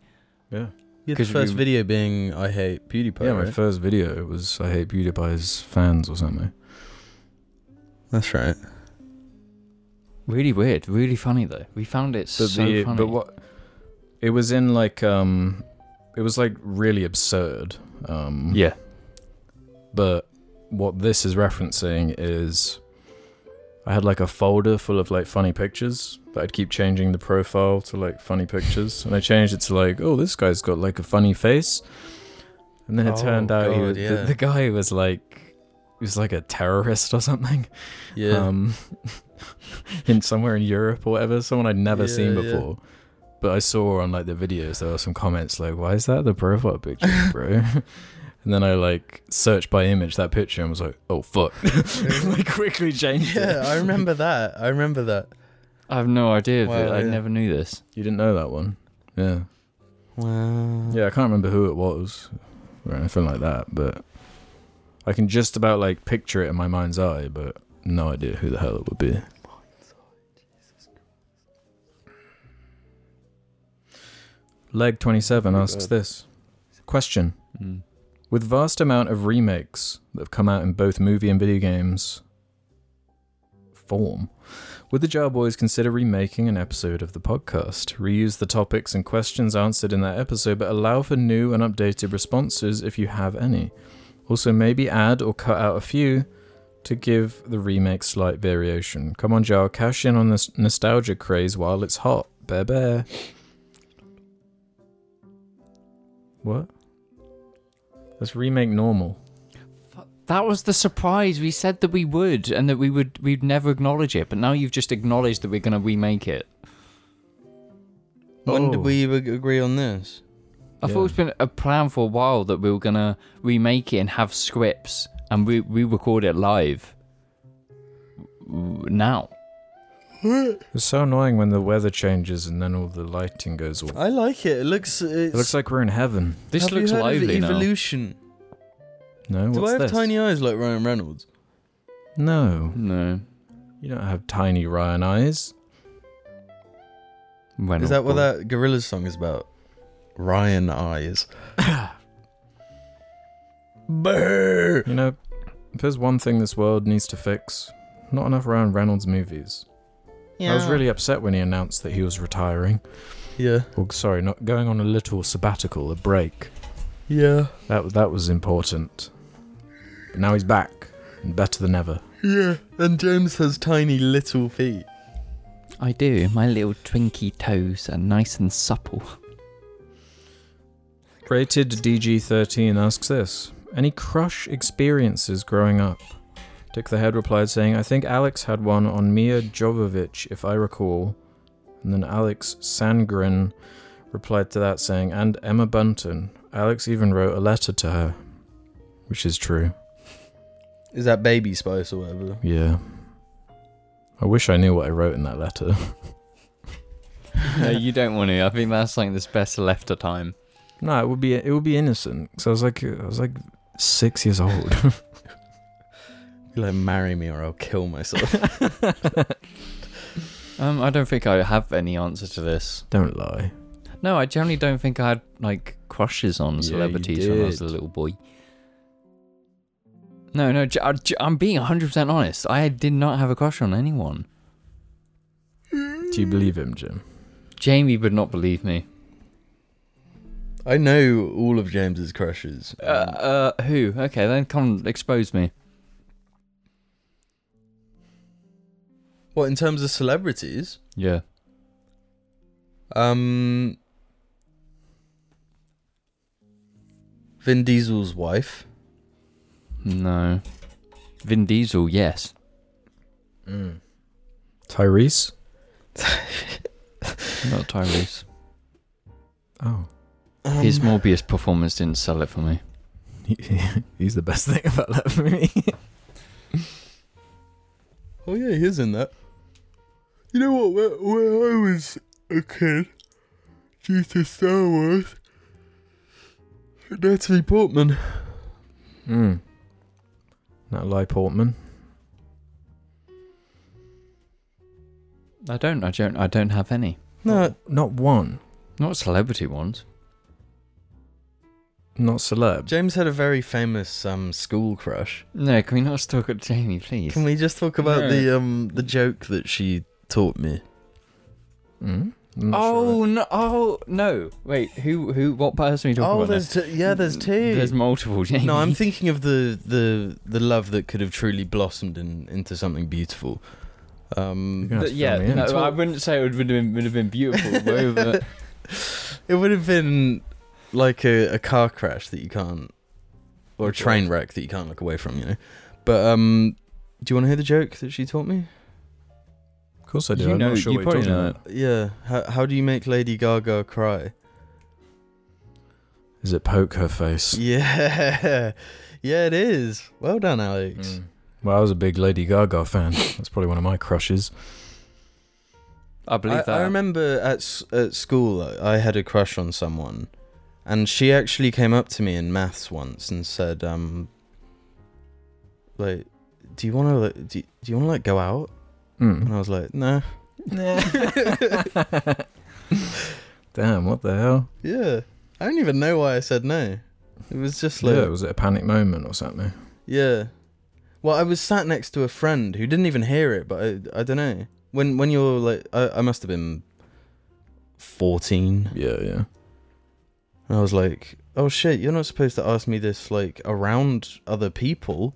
Speaker 2: yeah.
Speaker 4: Yeah, the
Speaker 1: 'Cause
Speaker 4: first
Speaker 1: we-
Speaker 4: video being I hate PewDiePie.
Speaker 2: Yeah, my
Speaker 4: right?
Speaker 2: first video was I hate PewDiePie's fans or something.
Speaker 4: That's right.
Speaker 1: Really weird, really funny though. We found it
Speaker 2: But
Speaker 1: so
Speaker 2: the
Speaker 1: funny.
Speaker 2: but what it was in like um, it was like really absurd. Um, *laughs*
Speaker 4: Mm. *laughs*
Speaker 1: Yeah.
Speaker 2: But what this is referencing is I had like a folder full of like funny pictures, but I'd keep changing the profile to like funny pictures. And I changed it to like, oh, this guy's got like a funny face. And then it
Speaker 4: Oh,
Speaker 2: turned out he
Speaker 4: God,
Speaker 2: was,
Speaker 4: yeah.
Speaker 2: the, the guy was like, he was like a terrorist or something.
Speaker 4: Yeah.
Speaker 2: Um, *laughs* in somewhere in Europe or whatever, someone I'd never
Speaker 4: Yeah,
Speaker 2: seen
Speaker 4: yeah.
Speaker 2: before. But I saw on like the videos there were some comments like, "Why is that the profile
Speaker 4: *laughs*
Speaker 2: picture, bro?" *laughs* and then I like searched by image that picture and was like, "Oh fuck!" *laughs* like quickly changed
Speaker 4: *laughs* yeah,
Speaker 2: it.
Speaker 4: I remember that. I remember that.
Speaker 1: I have no idea.
Speaker 4: Wow,
Speaker 1: but I
Speaker 4: yeah.
Speaker 1: never knew this.
Speaker 2: You didn't know that one. Yeah,
Speaker 4: Wow.
Speaker 2: yeah. I can't remember who it was or anything like that, but I can just about like picture it in my mind's eye, but no idea who the hell it would be. Leg 27 asks this Question
Speaker 4: Hmm.
Speaker 1: Mm.
Speaker 2: With vast amount of remakes that have come out in both movie and video games form, would the Jar Boys consider remaking an episode of the podcast? Reuse the topics and questions answered in that episode, but allow for new and updated responses if you have any. Also, maybe add or cut out a few to give the remake slight variation. Come on, Jar, cash in on this nostalgia craze while it's hot. Bear bear. What? Let's remake normal.
Speaker 1: That was the surprise. We said that we would, and that we would we'd never acknowledge it. But now you've just acknowledged that we're gonna remake it.
Speaker 4: When
Speaker 2: Oh.
Speaker 4: did we ag- agree on
Speaker 2: *gasps*
Speaker 4: this?
Speaker 1: I thought it's been a plan for a while that we were gonna remake it and have scripts and we we record it live. W- Now,
Speaker 2: It's so annoying when the weather changes and then all the lighting goes off.
Speaker 4: I like it. It looks. It's,
Speaker 2: It looks like we're in heaven.
Speaker 1: this
Speaker 4: Have
Speaker 1: looks
Speaker 4: you heard
Speaker 1: lively
Speaker 4: of
Speaker 1: now.
Speaker 4: evolution.
Speaker 2: No,
Speaker 4: Do
Speaker 2: what's
Speaker 4: I have
Speaker 2: this?
Speaker 4: tiny eyes like Ryan Reynolds?
Speaker 2: No,
Speaker 1: No,
Speaker 2: you don't have tiny Ryan eyes.
Speaker 1: Reynolds
Speaker 4: Is that what
Speaker 1: boy.
Speaker 4: that Gorillaz song is about? Ryan
Speaker 2: *laughs*
Speaker 4: eyes. Brr.
Speaker 2: You know, if there's one thing this world needs to fix, not enough Ryan Reynolds movies. I was
Speaker 3: *laughs*
Speaker 2: really *laughs* upset when he announced that he was retiring.
Speaker 4: Yeah.
Speaker 2: Or sorry, not going on a little sabbatical, a break.
Speaker 4: Yeah.
Speaker 2: That that was important. But now he's back and better than ever.
Speaker 4: Yeah. And James has tiny little feet.
Speaker 1: I do. My little twinky toes are nice and
Speaker 4: *laughs*
Speaker 1: supple.
Speaker 2: Rated DG13 asks this Any crush experiences growing up? Dick the Head replied, saying, I think Alex had one on Mia Jovovich, if I recall. And then Alex Sandgren replied to that, saying, And Emma Bunton. Alex even wrote a letter to her, which is true.
Speaker 4: Is that baby spice or whatever?
Speaker 2: Yeah. I wish I knew what I wrote in that letter. *laughs*
Speaker 1: no, *laughs*
Speaker 4: *laughs*
Speaker 1: you don't want to. I think that's something that's best left to time.
Speaker 2: no, it would be it would be innocent. So I was like I was like six years old. *laughs*
Speaker 4: You're like, marry me or I'll kill myself.
Speaker 1: *laughs*
Speaker 4: *laughs*
Speaker 1: Um, I don't think I have any answer to this.
Speaker 2: Don't lie.
Speaker 1: No, I generally don't think I had like crushes on
Speaker 2: Yeah, you
Speaker 1: celebrities when I was a
Speaker 2: did.
Speaker 1: little boy. No, no, j- I, j- I'm being 100% honest. I did not have a crush on anyone.
Speaker 2: Do you believe him, Jim?
Speaker 1: Jamie would not believe me.
Speaker 4: I know all of James's crushes. Um,
Speaker 1: Uh, uh, who? Okay, then come expose me.
Speaker 4: what in terms of celebrities?
Speaker 1: Yeah.
Speaker 4: Um. Vin Diesel's wife.
Speaker 1: No. Vin Diesel, yes.
Speaker 2: Tyrese?
Speaker 1: Not Tyrese.
Speaker 2: Oh. *laughs*
Speaker 4: Um,
Speaker 1: His Morbius performance didn't sell it for me.
Speaker 2: he's the best thing about that movie.
Speaker 4: Oh yeah, he is in that. You know what? When, when I was a kid, due to Star Wars, Natalie Portman.
Speaker 2: mm. Natalie Portman.
Speaker 1: I don't, I don't, I don't have any.
Speaker 4: No,
Speaker 2: Not one.
Speaker 1: Not celebrity ones.
Speaker 2: Not celeb.
Speaker 4: James had a very famous um, school crush.
Speaker 1: No, can we not still got Jamie, please?
Speaker 4: Can we just talk about
Speaker 1: No.
Speaker 4: the um the joke that she taught me?
Speaker 2: Mm? I'm not
Speaker 1: Oh
Speaker 2: sure.
Speaker 1: no! Oh no! Wait, who? Who? What person are you talking about? now?
Speaker 4: two, Oh, yeah,
Speaker 1: There's multiple. *laughs* Jamie.
Speaker 4: No, I'm thinking of the the the love that could have truly blossomed in, into something beautiful.
Speaker 2: You're
Speaker 4: Um,
Speaker 2: gonna
Speaker 1: But
Speaker 2: have to
Speaker 1: yeah,
Speaker 2: fill me in.
Speaker 1: no, I wouldn't say it would have been, would have been beautiful. but-
Speaker 4: *laughs* It would have been like a, a car crash that you can't, or a train wreck that you can't look away from, you know. But um, do you want to hear the joke that she taught me?
Speaker 2: Of course I do.
Speaker 1: You
Speaker 2: I'm
Speaker 1: know-
Speaker 2: not sure
Speaker 1: you
Speaker 2: what
Speaker 1: probably
Speaker 2: you're talking
Speaker 1: know
Speaker 2: about.
Speaker 4: Yeah. How, how do you make Lady Gaga cry?
Speaker 2: Is it poke her face?
Speaker 4: Yeah, *laughs* yeah, it is. Well done, Alex.
Speaker 2: Mm. Well, I was a big Lady Gaga fan. That's probably one of my crushes.
Speaker 1: I believe
Speaker 4: I,
Speaker 1: that.
Speaker 4: I
Speaker 1: *laughs*
Speaker 4: remember at s- at school I had a crush on someone, and she actually came up to me in maths once and said, um, like, do you want to like, do, do you want to like go out? And
Speaker 2: Mm.
Speaker 4: I was like, nah.
Speaker 2: Damn, what the hell?
Speaker 4: Yeah. I don't even know why I said no. It was just like
Speaker 2: Yeah,
Speaker 4: yeah.
Speaker 2: was it a panic moment or something?
Speaker 4: Well, I was sat next to a friend who didn't even hear it, but I, I don't know. When when you're like I, I must have been 14.
Speaker 2: Yeah, yeah.
Speaker 4: And I was like, "Oh shit, you're not supposed to ask me this like around other people."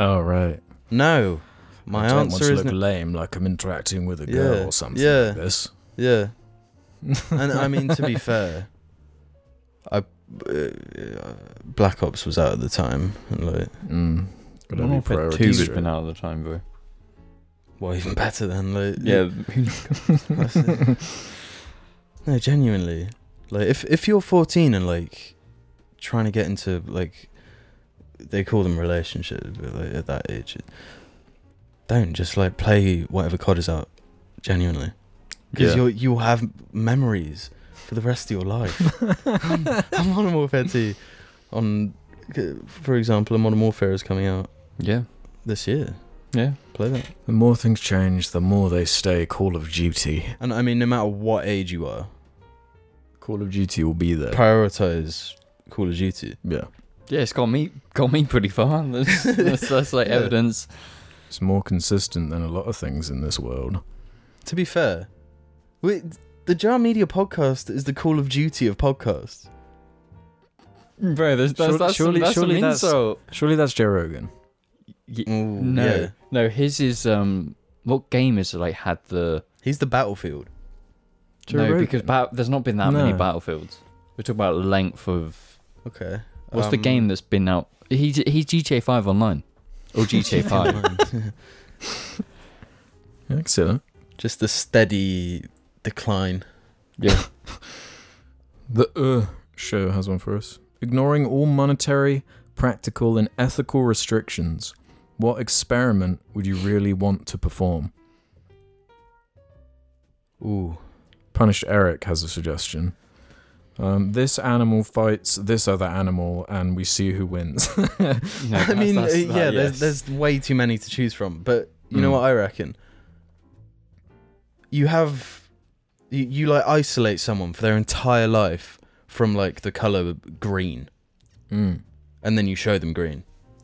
Speaker 2: Oh, right.
Speaker 4: No, my
Speaker 2: I don't want
Speaker 4: answer
Speaker 2: to
Speaker 4: is
Speaker 2: look
Speaker 4: n-
Speaker 2: lame, like I'm interacting with a girl
Speaker 4: Yeah,
Speaker 2: or something
Speaker 4: yeah.
Speaker 2: like this.
Speaker 4: yeah. And I
Speaker 2: *laughs*
Speaker 4: mean, to be fair, I uh, Black Ops was out at the time, and like,
Speaker 2: Mm. Gotta
Speaker 1: Modern
Speaker 2: be
Speaker 1: Warfare Two
Speaker 2: priorities
Speaker 1: has
Speaker 2: right.
Speaker 1: been out of the time, though.
Speaker 4: well, even better than like,
Speaker 1: Yeah,
Speaker 4: That's it. *laughs* no, genuinely. Like if if you're 14 and like trying to get into like they call them relationships, but like at that age, it- don't just like play whatever COD is out. Genuinely, because
Speaker 1: yeah.
Speaker 4: you you will have memories for the rest of
Speaker 1: *laughs*
Speaker 4: your life. I'm Modern Warfare 2 on, for example, Modern Warfare is coming out
Speaker 1: yeah,
Speaker 4: this year.
Speaker 1: yeah.
Speaker 4: Play that.
Speaker 2: The more things change, the more they stay Call of Duty.
Speaker 4: And I mean, no matter what age you are,
Speaker 2: Call of Duty will be there.
Speaker 4: prioritize Call of Duty.
Speaker 2: yeah.
Speaker 1: Yeah, it's got me got me pretty far. *laughs* That's, that's, that's like
Speaker 4: Yeah.
Speaker 1: evidence.
Speaker 2: It's more consistent than a lot of things in this world.
Speaker 4: To be fair, we, the Jar Media podcast is the Call of Duty of podcasts.
Speaker 1: Bro, that's, that's, that's,
Speaker 2: Surely- surely-
Speaker 1: that's
Speaker 2: surely
Speaker 1: an
Speaker 2: that's-
Speaker 1: insult.
Speaker 2: Surely that's Joe Rogan.
Speaker 1: Y-
Speaker 4: Ooh,
Speaker 1: no,
Speaker 4: yeah.
Speaker 1: no. His is um. What game is like had the
Speaker 4: He's the Battlefield.
Speaker 2: Joe
Speaker 1: no?
Speaker 2: Rogan.
Speaker 1: Because ba- there's not been that many
Speaker 2: No.
Speaker 1: battlefields. We talk about length of
Speaker 4: Okay.
Speaker 1: what's the
Speaker 4: Um, *laughs*
Speaker 1: game that's been out. He's he's GTA Five online or
Speaker 4: *laughs*
Speaker 1: GTA Five.
Speaker 2: Yeah, I can see that.
Speaker 4: Just the steady decline.
Speaker 1: yeah,
Speaker 2: The Uh show has one for us. Ignoring all monetary, practical, and ethical restrictions, what experiment would you really want to perform?
Speaker 4: Ooh.
Speaker 2: Punished Eric has a suggestion. Um, this animal fights this other animal, and we see who wins. *laughs*
Speaker 1: No,
Speaker 4: *laughs* I
Speaker 1: that's-
Speaker 4: mean,
Speaker 1: that's- that- yes.
Speaker 4: uh, yeah,
Speaker 1: Hmm.
Speaker 4: there's, there's way too many to choose from. But you know
Speaker 2: Mm.
Speaker 4: what I reckon? You have. You, you like isolate someone for their entire life from like the color green,
Speaker 2: mm,
Speaker 4: and then you show them green.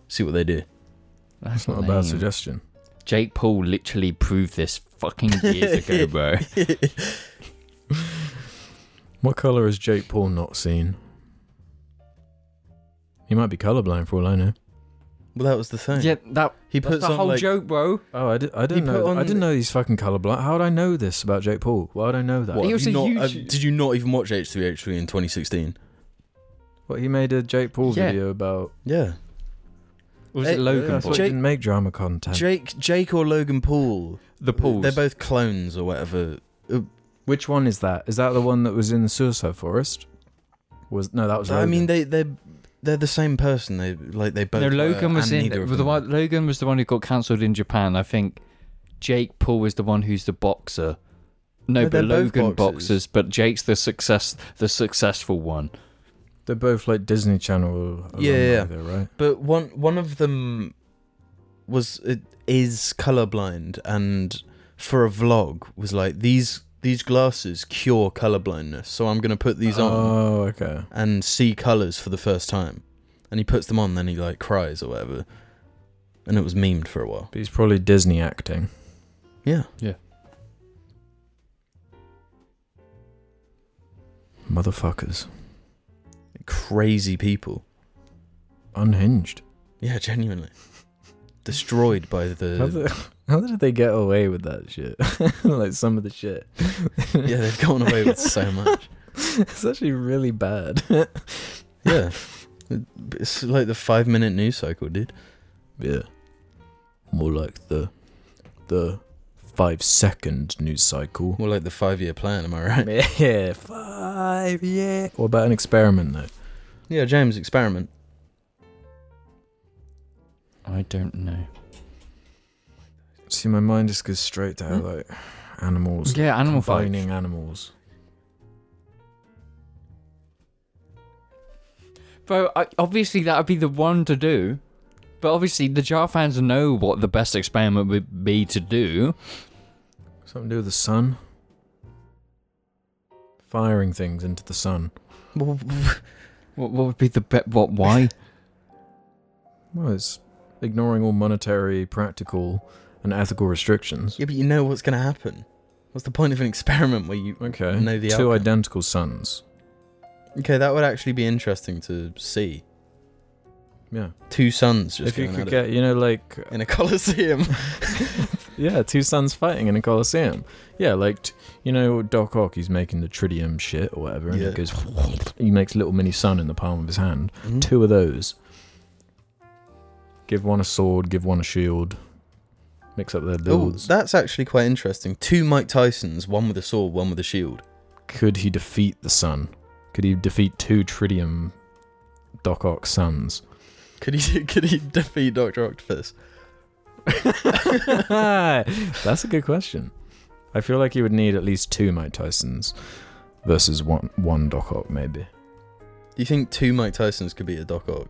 Speaker 4: See what they do.
Speaker 2: that's not a bad suggestion.
Speaker 1: Jake Paul literally proved this fucking
Speaker 4: *laughs*
Speaker 1: years ago, bro.
Speaker 2: What color has Jake Paul not seen? He might be colorblind for all I know.
Speaker 4: Well, that was the thing.
Speaker 1: Yeah, that
Speaker 4: He
Speaker 1: that's
Speaker 4: puts
Speaker 1: the
Speaker 4: on
Speaker 1: whole
Speaker 4: like,
Speaker 1: joke, bro.
Speaker 2: Oh, I, did, I didn't
Speaker 4: put
Speaker 2: know.
Speaker 4: on-
Speaker 2: I didn't know he's fucking colorblind. How would I know this about Jake Paul? Why would I know that?
Speaker 4: What,
Speaker 1: He
Speaker 4: have
Speaker 1: was
Speaker 4: you
Speaker 1: a
Speaker 4: not-
Speaker 1: huge-
Speaker 4: have- did you not even watch H3H3 in 2016?
Speaker 2: What he made a Jake Paul
Speaker 1: Yeah.
Speaker 2: video about?
Speaker 4: Yeah.
Speaker 1: Or was
Speaker 4: Hey,
Speaker 1: it Logan
Speaker 2: That's
Speaker 1: Paul?
Speaker 2: why he
Speaker 4: Jake-
Speaker 2: didn't make drama content.
Speaker 4: Jake, Jake or Logan Paul?
Speaker 1: the Pauls.
Speaker 4: They're both clones or whatever.
Speaker 2: Which one is that? Is that the one that was in the Suicide Forest? Was no, that was.
Speaker 4: I mean,
Speaker 2: Logan.
Speaker 4: they they they're the same person. They like they both.
Speaker 1: no,
Speaker 4: were,
Speaker 1: Logan was
Speaker 4: uh, and
Speaker 1: in.
Speaker 4: neither of
Speaker 1: The
Speaker 4: them.
Speaker 1: one, Logan was the one who got cancelled in Japan. I think Jake Paul was the one who's the boxer. No,
Speaker 4: No,
Speaker 1: but
Speaker 4: they're both
Speaker 1: Logan
Speaker 4: boxers.
Speaker 1: boxers, but Jake's the success, the successful one.
Speaker 2: they're both like Disney Channel. alumni
Speaker 4: Yeah, yeah.
Speaker 2: Though, right.
Speaker 4: But one one of them was it is colorblind, and for a vlog was like these these glasses cure colorblindness. So I'm gonna put these on.
Speaker 2: Oh, okay.
Speaker 4: and see colors for the first time. And he puts them on, then he like cries or whatever. And it was memed for a while.
Speaker 2: But he's probably Disney acting.
Speaker 4: Yeah.
Speaker 2: Motherfuckers,
Speaker 4: Crazy people.
Speaker 2: unhinged.
Speaker 4: Yeah,
Speaker 2: *laughs*
Speaker 4: genuinely. Destroyed by
Speaker 2: How,
Speaker 4: the.
Speaker 2: the, *laughs* how did they get away with that shit? *laughs* like some of the shit.
Speaker 4: Yeah, they've gotten away
Speaker 2: *laughs*
Speaker 4: with so much.
Speaker 2: It's actually really bad.
Speaker 4: *laughs*
Speaker 2: *laughs*
Speaker 4: Yeah. It's like the five minute news cycle, dude.
Speaker 2: Yeah. More like the the five second news cycle.
Speaker 4: More like the five year plan, am I
Speaker 2: *laughs*
Speaker 4: right?
Speaker 2: Yeah, five, yeah. What about an experiment though?
Speaker 4: Yeah, James, experiment.
Speaker 1: I don't know.
Speaker 2: See my mind just goes straight to
Speaker 4: Hmm?
Speaker 2: like animals.
Speaker 1: Yeah, animal fight.
Speaker 2: Combining animals.
Speaker 1: Bro, I, obviously that would be the one to do. But obviously the Jar fans know what the best experiment would be to do.
Speaker 2: Something to do with the sun. Firing things into the sun.
Speaker 1: *laughs* What, what would be the bet? What?
Speaker 4: *laughs*
Speaker 1: Why?
Speaker 2: Well, it's ignoring all monetary, practical, and ethical restrictions.
Speaker 4: Yeah, but you know what's going to happen. What's the point of an experiment where you.
Speaker 2: Okay.
Speaker 4: Know the
Speaker 2: Two
Speaker 4: outcome.
Speaker 2: identical suns.
Speaker 4: Okay, that would actually be interesting to see.
Speaker 2: Yeah.
Speaker 4: Two suns just
Speaker 2: If you
Speaker 4: going
Speaker 2: could
Speaker 4: at
Speaker 2: get, you know, like
Speaker 4: it in a *laughs* coliseum.
Speaker 2: Yeah, two sons fighting in a coliseum. Yeah, like t- you know Doc Ock, he's making the tritium shit or whatever, and
Speaker 4: Yeah.
Speaker 2: he goes. He makes a little mini sun in the palm of his hand. *laughs* Two of those. Give one a sword, give one a shield. Mix up their
Speaker 4: Oh,
Speaker 2: builds.
Speaker 4: that's actually quite interesting. Two Mike Tysons, one with a sword, one with a shield.
Speaker 2: Could he defeat the sun? Could he defeat two tritium Doc Ock sons? *laughs*
Speaker 4: Could he *laughs* could he defeat Doctor Octopus?
Speaker 2: That's a good question. I feel like you would need at least two Mike Tysons versus one one Doc Ock maybe.
Speaker 4: Do you think two Mike Tysons could beat a Doc Ock?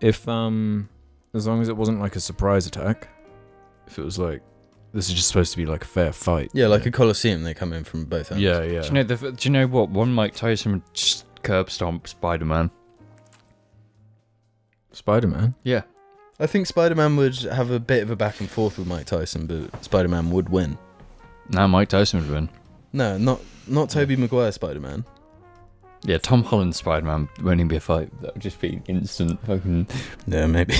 Speaker 2: if um as long as it wasn't like a surprise attack if it was like this is just supposed to be like a fair fight
Speaker 4: Yeah, like a coliseum, they come in from both ends.
Speaker 2: yeah yeah
Speaker 1: Do you know the, f- Do you know what? One Mike Tyson would just curb stomp Spider Man.
Speaker 2: spider-man
Speaker 1: Yeah.
Speaker 4: I think Spider Man would have a bit of a back and forth with Mike Tyson, but Spider Man would win.
Speaker 1: Now Mike Tyson would win.
Speaker 4: No, not not Toby Maguire Spider Man.
Speaker 1: Yeah, Tom Holland Spider Man won't even be a fight. That would just be instant fucking.
Speaker 4: Yeah, maybe.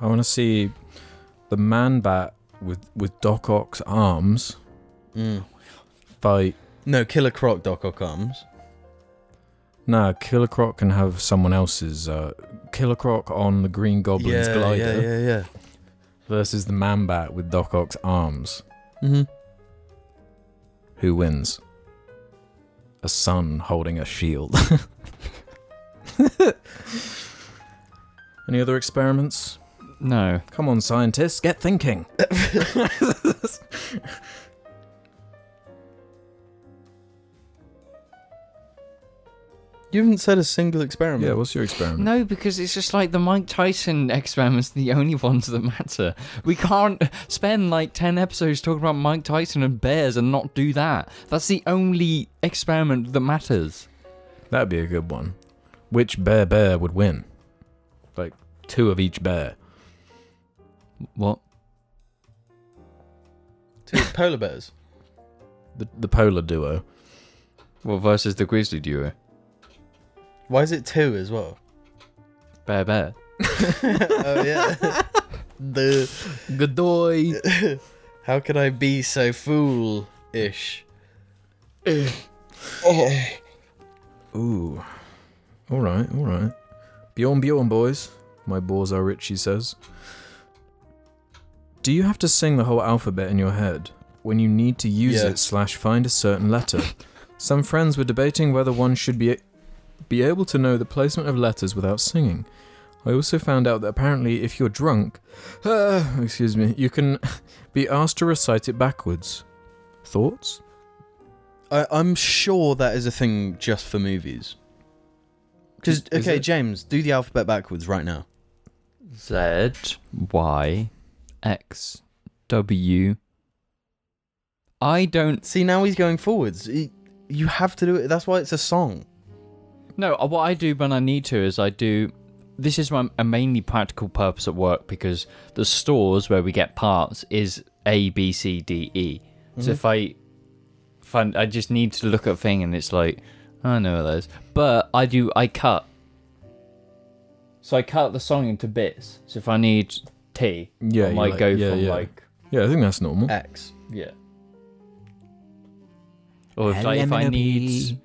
Speaker 2: i want to see the man bat with with doc ock's arms
Speaker 4: Mm.
Speaker 2: fight
Speaker 4: No, Killer Croc Doc Ock arms.
Speaker 2: nah killer croc can have someone else's uh killer croc on the green goblin's
Speaker 4: yeah,
Speaker 2: glider
Speaker 4: yeah, yeah, yeah.
Speaker 2: versus the man bat with doc ock's arms
Speaker 4: Mm-hmm.
Speaker 2: who wins a son holding a shield *laughs* any other experiments
Speaker 1: No.
Speaker 2: Come on, scientists, get thinking.
Speaker 4: You haven't said a single experiment.
Speaker 2: Yeah, what's your experiment?
Speaker 1: No, because it's just like the Mike Tyson experiments are the only ones that matter. We can't spend like 10 episodes talking about Mike Tyson and bears and not do that. That's the only experiment that matters.
Speaker 2: That'd be a good one. Which bear bear would win? Like two of each bear.
Speaker 1: What?
Speaker 4: Two polar bears.
Speaker 2: The, the polar duo.
Speaker 1: Well, versus the grizzly duo.
Speaker 4: Why is it two as well?
Speaker 1: Bear, bear.
Speaker 4: oh yeah. *laughs* the
Speaker 1: Good boy.
Speaker 4: how could I be so fool-ish? Eh. oh.
Speaker 2: Ooh. All right, all right. Bjorn Bjorn boys, my balls are rich, he says. Do you have to sing the whole alphabet in your head when you need to use
Speaker 4: Yeah.
Speaker 2: it slash find a certain letter? Some friends were debating whether one should be be able to know the placement of letters without singing. I also found out that apparently if you're drunk, *sighs* excuse me, you can *laughs* be asked to recite it backwards. Thoughts?
Speaker 4: I, I'm sure that is a thing just for movies. Because
Speaker 2: Is- is
Speaker 4: okay,
Speaker 2: it?
Speaker 4: James, do the alphabet backwards right now.
Speaker 1: Z, Y, X, W. I don't.
Speaker 4: See, now he's going forwards. He- you have to do it. That's why it's a song.
Speaker 1: No, uh, what I do when I need to is I do. This is my a mainly practical purpose at work because the stores where we get parts is A B C D E. So
Speaker 2: Mm-hmm.
Speaker 1: if I, if I, I just need to look at a thing and it's like I know those, but I do I cut. So I cut the song into bits. So if I need T,
Speaker 2: Yeah,
Speaker 1: I
Speaker 2: you
Speaker 1: might
Speaker 2: like-
Speaker 1: go
Speaker 2: yeah,
Speaker 1: from
Speaker 2: yeah.
Speaker 1: like
Speaker 2: Yeah, I think that's normal.
Speaker 4: X.
Speaker 1: yeah. Or if, like, if I need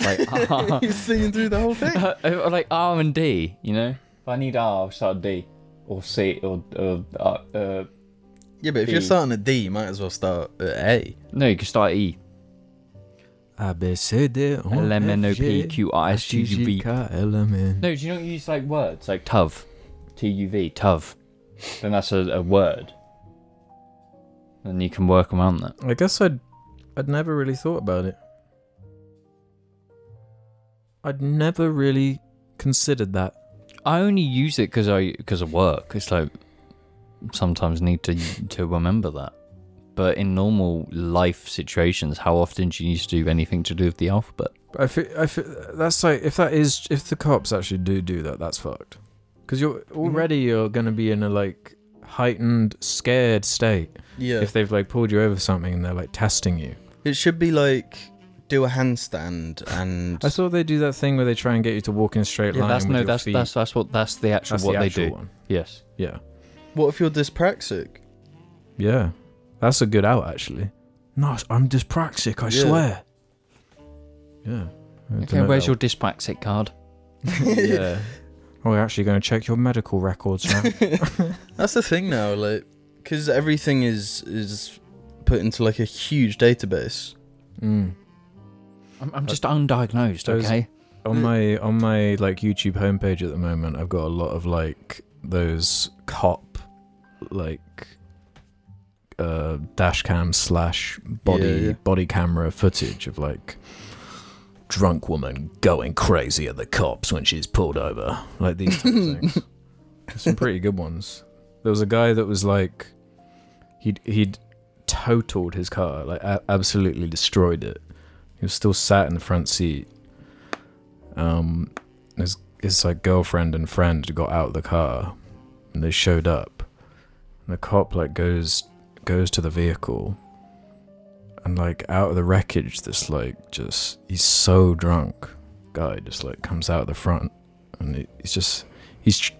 Speaker 1: like *laughs* R,
Speaker 4: he's singing through the whole thing.
Speaker 1: or like R and D, you know. If I need R, I'll start D or C or or uh, uh,
Speaker 4: *laughs* Yeah, but if you're
Speaker 1: B.
Speaker 4: starting at D, you might as well start at A.
Speaker 1: no, you can start E.
Speaker 2: A B C D E
Speaker 1: L M N O P Q R S T U V.
Speaker 2: L-M-N.
Speaker 1: No, do you not use like words like tuv, T U V, tuv? Then that's a, a word. Then you can work around that.
Speaker 2: I guess I'd I'd never really thought about it. I'd never really considered that.
Speaker 1: I only use it because I because of work. It's like sometimes need to to remember that. But in normal life situations, how often do you need to do anything to do with the alphabet?
Speaker 2: I feel, I feel that's like if that is if the cops actually do do that, that's fucked. Because you're already you're gonna be in a like heightened scared state
Speaker 4: Yeah.
Speaker 2: if they've like pulled you over for something and they're like testing you.
Speaker 4: It should be like do a handstand and
Speaker 2: I saw they do that thing where they try and get you to walk in a straight
Speaker 6: Yeah,
Speaker 2: line.
Speaker 6: that's
Speaker 2: with
Speaker 6: no,
Speaker 2: your
Speaker 6: that's
Speaker 2: feet.
Speaker 6: that's that's what that's the actual
Speaker 2: That's
Speaker 6: what
Speaker 2: the
Speaker 6: they
Speaker 2: actual
Speaker 6: do.
Speaker 2: one.
Speaker 6: Yes.
Speaker 2: Yeah,
Speaker 4: what if you're dyspraxic?
Speaker 2: yeah, that's a good out actually. Nice. I'm dyspraxic. I
Speaker 4: Yeah.
Speaker 2: swear. Yeah. I don't
Speaker 6: Okay,
Speaker 2: know
Speaker 6: where's
Speaker 2: that
Speaker 6: your dyspraxic card?
Speaker 4: *laughs*
Speaker 2: one. yeah. We're Oh, actually going to check your medical records now.
Speaker 6: *laughs*
Speaker 4: *laughs* That's the thing now, like, because everything is is put into like a huge database.
Speaker 2: mm.
Speaker 6: I'm, I'm just undiagnosed.
Speaker 2: those-
Speaker 6: Okay.
Speaker 2: on my on my like YouTube homepage at the moment, I've got a lot of like those cop like uh dash cam slash body
Speaker 4: Yeah, yeah.
Speaker 2: body camera footage of like drunk woman going crazy at the cops when she's pulled over like these type of things some pretty good ones there was a guy that was like he'd he'd totaled his car like a- absolutely destroyed it he was still sat in the front seat um his his like girlfriend and friend got out of the car and they showed up and the cop like goes goes to the vehicle and like out of the wreckage this like just he's so drunk guy just like comes out of the front and he- he's just he's tr-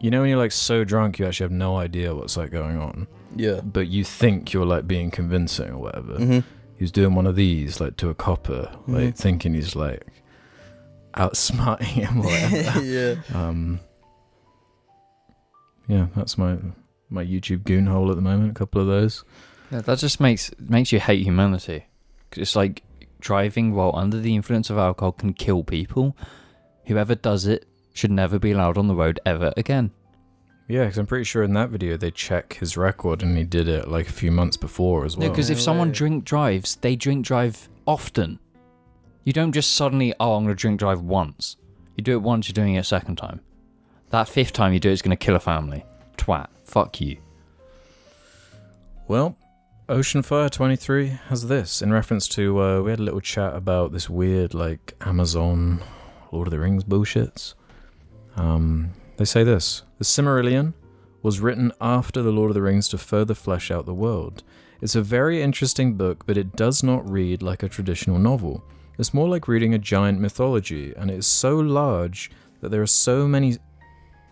Speaker 2: you know when you're like so drunk you actually have no idea what's like going on
Speaker 4: Yeah.
Speaker 2: but you think you're like being convincing or whatever
Speaker 4: hmm
Speaker 2: he's doing one of these like to a copper like
Speaker 4: Mhm.
Speaker 2: thinking he's like outsmarting him or whatever
Speaker 4: *laughs* yeah.
Speaker 2: um yeah that's my my youtube goon hole at the moment a couple of those
Speaker 6: Yeah, that just makes makes you hate humanity. 'Cause It's like driving while under the influence of alcohol can kill people. Whoever does it should never be allowed on the road ever again.
Speaker 2: yeah because i'm pretty sure in that video they check his record and he did it like a few months before as
Speaker 6: No,
Speaker 2: well
Speaker 6: because if
Speaker 4: No
Speaker 6: someone
Speaker 4: way.
Speaker 6: drink drives, they drink drive often. You don't just suddenly, oh, I'm going to drink drive once. You do it once, you're doing it a second time. That fifth time you do it, it's going to kill a family. Twat. Fuck you.
Speaker 2: Well, Oceanfire 23 has this in reference to uh, we had a little chat about this weird like Amazon Lord of the Rings bullshits. Um, they say this: the Cimmerillion was written after the Lord of the Rings to further flesh out the world. It's a very interesting book, but it does not read like a traditional novel. It's more like reading a giant mythology, and it is so large that there are so many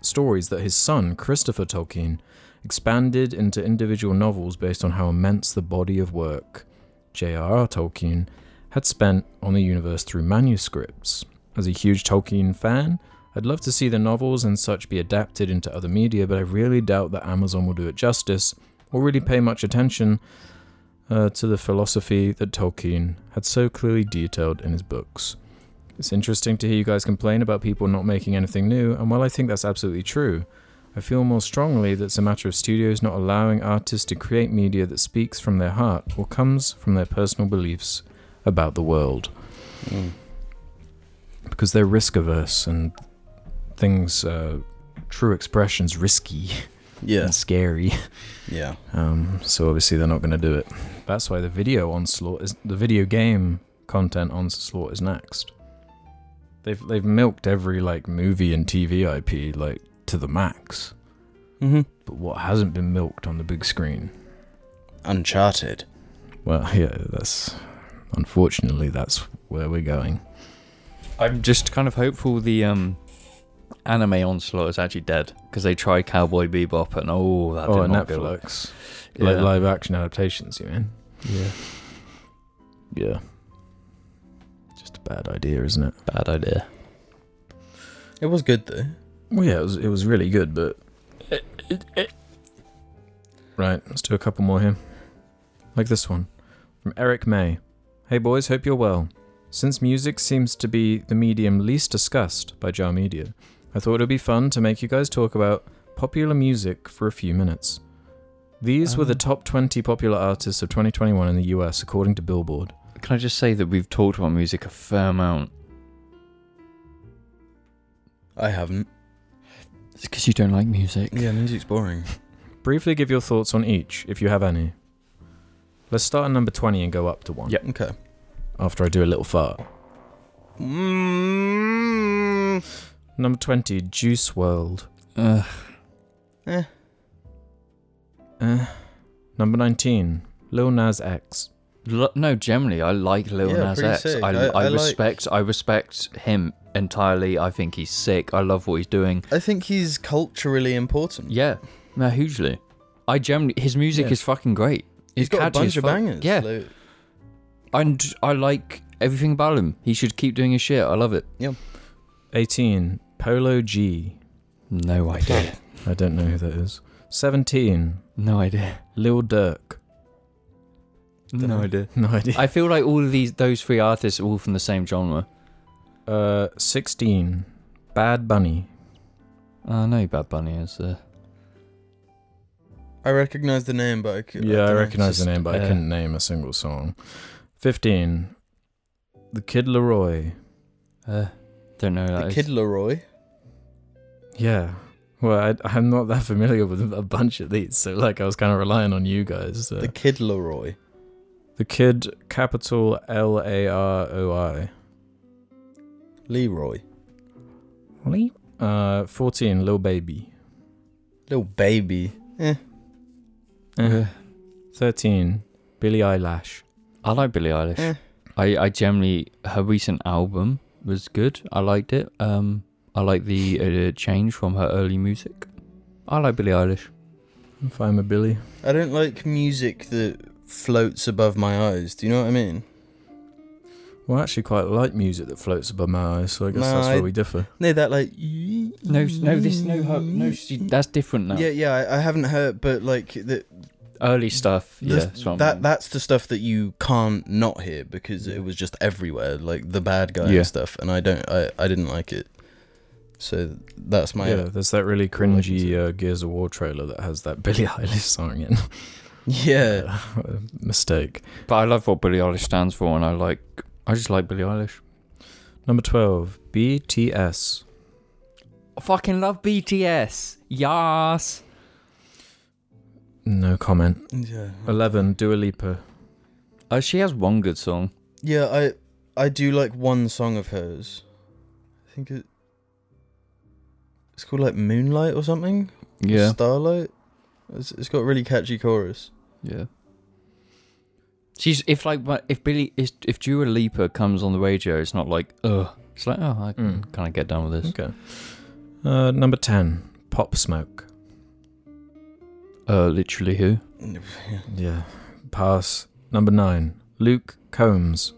Speaker 2: stories that his son, Christopher Tolkien, expanded into individual novels based on how immense the body of work J.R.R. Tolkien had spent on the universe through manuscripts. As a huge Tolkien fan, I'd love to see the novels and such be adapted into other media, but I really doubt that Amazon will do it justice or really pay much attention uh, to the philosophy that Tolkien had so clearly detailed in his books. It's interesting to hear you guys complain about people not making anything new, and while I think that's absolutely true, I feel more strongly that it's a matter of studios not allowing artists to create media that speaks from their heart or comes from their personal beliefs about the world.
Speaker 4: Mm.
Speaker 2: Because they're risk averse and things, uh, true expressions, risky
Speaker 4: Yeah.
Speaker 2: and scary.
Speaker 4: Yeah.
Speaker 2: Um, so obviously they're not going to do it. That's why the video onslaught is the video game content onslaught is next. They've they've milked every like movie and TV IP like to the max
Speaker 4: hmm
Speaker 2: but what hasn't been milked on the big screen.
Speaker 4: Uncharted.
Speaker 2: Well, *laughs* yeah, that's unfortunately that's where we're going.
Speaker 6: I'm just kind of hopeful the um, anime onslaught is actually dead because they tried Cowboy Bebop and oh, that
Speaker 2: oh,
Speaker 6: did not go well.
Speaker 2: Netflix, like
Speaker 6: Yeah.
Speaker 2: live action adaptations, you mean? Yeah, yeah. Just a bad idea, isn't it?
Speaker 6: Bad idea.
Speaker 4: It was good though.
Speaker 2: Well, yeah, it was it was really good, but right, let's do a couple more here, like this one from Eric May. Hey boys, hope you're well. Since music seems to be the medium least discussed by Jar Media, I thought it would be fun to make you guys talk about popular music for a few minutes. These were the
Speaker 6: Um.
Speaker 2: top 20 popular artists of 2021 in the US, according to Billboard.
Speaker 6: Can I just say that we've talked about music a fair amount?
Speaker 4: I haven't.
Speaker 6: It's because you don't like music.
Speaker 4: Yeah, music's boring.
Speaker 2: Briefly give your thoughts on each, if you have any. Let's start at number 20 and go up to one.
Speaker 6: Yep.
Speaker 4: Okay.
Speaker 2: After I do a little fart.
Speaker 4: Mm.
Speaker 2: Number 20, Juice World.
Speaker 6: Ugh.
Speaker 2: Uh, Number 19, Lil Nas X.
Speaker 1: L- no, generally, I like Lil
Speaker 4: Yeah,
Speaker 1: Nas
Speaker 4: pretty
Speaker 1: X.
Speaker 4: sick.
Speaker 1: I,
Speaker 4: I-
Speaker 1: I,
Speaker 4: I like-
Speaker 1: respect, I respect him entirely. I think he's sick. I love what he's doing.
Speaker 4: I think he's culturally important.
Speaker 1: Yeah, no, hugely. I generally, his music
Speaker 4: Yeah.
Speaker 1: is fucking great.
Speaker 4: he's got a
Speaker 1: catchy as
Speaker 4: bunch of
Speaker 1: fuck.
Speaker 4: bangers.
Speaker 1: Yeah,
Speaker 4: like-
Speaker 1: and I like everything about him. He should keep doing his shit. I love it.
Speaker 2: 18. Polo G.
Speaker 1: No
Speaker 4: *laughs*
Speaker 1: idea.
Speaker 2: I don't know who that is. 17.
Speaker 1: no idea.
Speaker 2: Lil Durk. *laughs*
Speaker 1: No idea.
Speaker 2: No idea.
Speaker 1: I feel like all of these, those three artists, are all from the same genre.
Speaker 2: Uh, 16. Bad Bunny.
Speaker 1: I know Bad Bunny is. Uh,
Speaker 4: I recognize the name, but I c-
Speaker 2: Yeah, I
Speaker 4: dunno,
Speaker 2: recognize
Speaker 4: it's
Speaker 2: the
Speaker 4: just-
Speaker 2: name, but I
Speaker 1: yeah.
Speaker 2: couldn't name a single song. 15. The Kid Leroy.
Speaker 1: uh, don't know. who that
Speaker 4: The
Speaker 1: is.
Speaker 4: Kid Leroy.
Speaker 2: Yeah. Well, I, I'm not that familiar with a bunch of these, so like I was kind of relying on you guys. uh,
Speaker 4: The
Speaker 2: the,
Speaker 4: Kid Leroy.
Speaker 2: Kid, capital L A R O I.
Speaker 4: Leroy.
Speaker 2: Uh, 14. Lil Baby.
Speaker 4: Little baby.
Speaker 2: Eh. 13. Billie Eyelash.
Speaker 1: I like Billie Eilish.
Speaker 4: Eh.
Speaker 1: I, I generally her recent album was good. I liked it. Um, I like the uh, change from her early music. I like Billie Eilish.
Speaker 2: If I'm a Billy.
Speaker 4: I don't like music that floats above my eyes. Do you know what I mean?
Speaker 2: Well, I actually quite like music that floats above my eyes, so I guess
Speaker 4: No,
Speaker 2: that's where
Speaker 4: I-
Speaker 2: we differ.
Speaker 4: No, that like.
Speaker 1: No, no, this no her, no. She, that's different now.
Speaker 4: Yeah, yeah, I, I haven't heard, but like the,
Speaker 1: Early stuff.
Speaker 4: the-
Speaker 1: yeah, that's what I'm
Speaker 4: that
Speaker 1: saying.
Speaker 4: that's the stuff that you can't not hear because it was just everywhere, like the bad guy
Speaker 1: Yeah.
Speaker 4: and stuff, and I don't, I, I didn't like it. So that's my
Speaker 2: yeah,
Speaker 4: *laughs* yeah,
Speaker 2: there's that really
Speaker 4: Cool, I can
Speaker 2: cringy
Speaker 4: see.
Speaker 2: uh, Gears of War trailer that has that *laughs* Billie Eilish song in. *laughs* Mistake.
Speaker 1: But I love what Billie Eilish stands for, and I like. I just like Billie Eilish.
Speaker 2: Number 12, BTS.
Speaker 1: I fucking love BTS. Yas.
Speaker 2: No comment.
Speaker 4: yeah,
Speaker 2: 11, Dua Lipa.
Speaker 1: Uh, she has one good song.
Speaker 4: yeah. I I do like one song of hers. I think it, it's called like Moonlight or something. Starlight. It's, it's got a really catchy chorus.
Speaker 1: Yeah. She's if like what- if Billy is if Dua Lipa comes on the radio, it's not like ugh. It's like oh, I can
Speaker 2: Mm.
Speaker 1: kind of get done with this.
Speaker 2: Okay. Uh, number 10, Pop Smoke.
Speaker 1: Uh, literally who?
Speaker 4: Yeah.
Speaker 2: Yeah. Pass. Number 9, Luke Combs.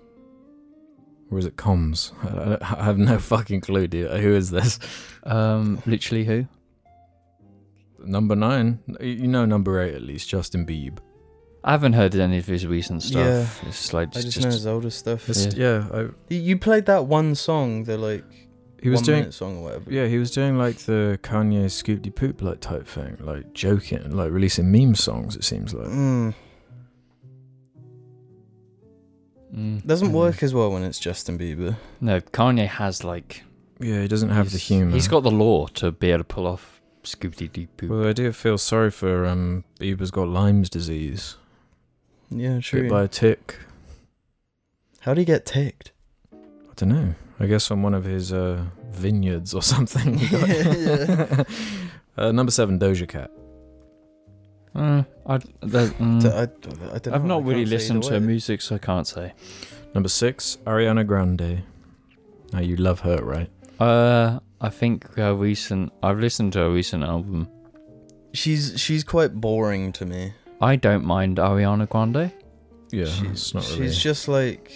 Speaker 2: Or is it Combs? *laughs* I, I- I have no fucking clue, dude. Who is this?
Speaker 1: Um, literally who?
Speaker 2: Number 9, you- you know number 8 at least, Justin Bieber.
Speaker 1: I haven't heard any of his recent stuff.
Speaker 4: Yeah.
Speaker 1: It's like
Speaker 4: I
Speaker 1: just,
Speaker 4: just,
Speaker 1: just-
Speaker 4: know his older stuff.
Speaker 2: It's, yeah, I,
Speaker 4: You- You played that one song, the like
Speaker 2: he was
Speaker 4: one
Speaker 2: doing
Speaker 4: minute song or whatever.
Speaker 2: Yeah, he was doing like the Kanye Scoop de Poop like type thing, like joking, like releasing meme songs. It seems like
Speaker 4: Mm,
Speaker 1: Mm.
Speaker 4: doesn't
Speaker 2: Mm.
Speaker 4: work as well when it's Justin Bieber.
Speaker 1: No, Kanye has like
Speaker 2: yeah, he doesn't have the
Speaker 1: he's-
Speaker 2: humor.
Speaker 1: He's got the law to be able to pull off Scooby Doo Poop.
Speaker 2: Well, I do feel sorry for um, Bieber's got Lyme's disease.
Speaker 4: Yeah,
Speaker 2: Bit
Speaker 4: true.
Speaker 2: by a tick.
Speaker 4: How do you get ticked?
Speaker 2: I don't know. I guess on one of his uh, vineyards or *laughs* something. he got-
Speaker 4: *laughs* Yeah.
Speaker 2: *laughs* uh, number seven, Doja Cat.
Speaker 1: Uh, I,
Speaker 4: *laughs*
Speaker 1: that, mm.
Speaker 4: D- I, I don't know,
Speaker 1: I've
Speaker 4: uh, I
Speaker 1: not
Speaker 4: can't
Speaker 1: really
Speaker 4: say
Speaker 1: listened to
Speaker 4: either
Speaker 1: her
Speaker 4: way.
Speaker 1: music, so I can't say.
Speaker 2: Number six, Ariana Grande. Now you love her, right?
Speaker 1: Uh, I think her recent. I've listened to her recent album.
Speaker 4: She's she's quite boring to me.
Speaker 1: I don't mind Ariana Grande.
Speaker 2: Yeah,
Speaker 4: she's,
Speaker 2: it's not
Speaker 4: she's
Speaker 2: really.
Speaker 4: just like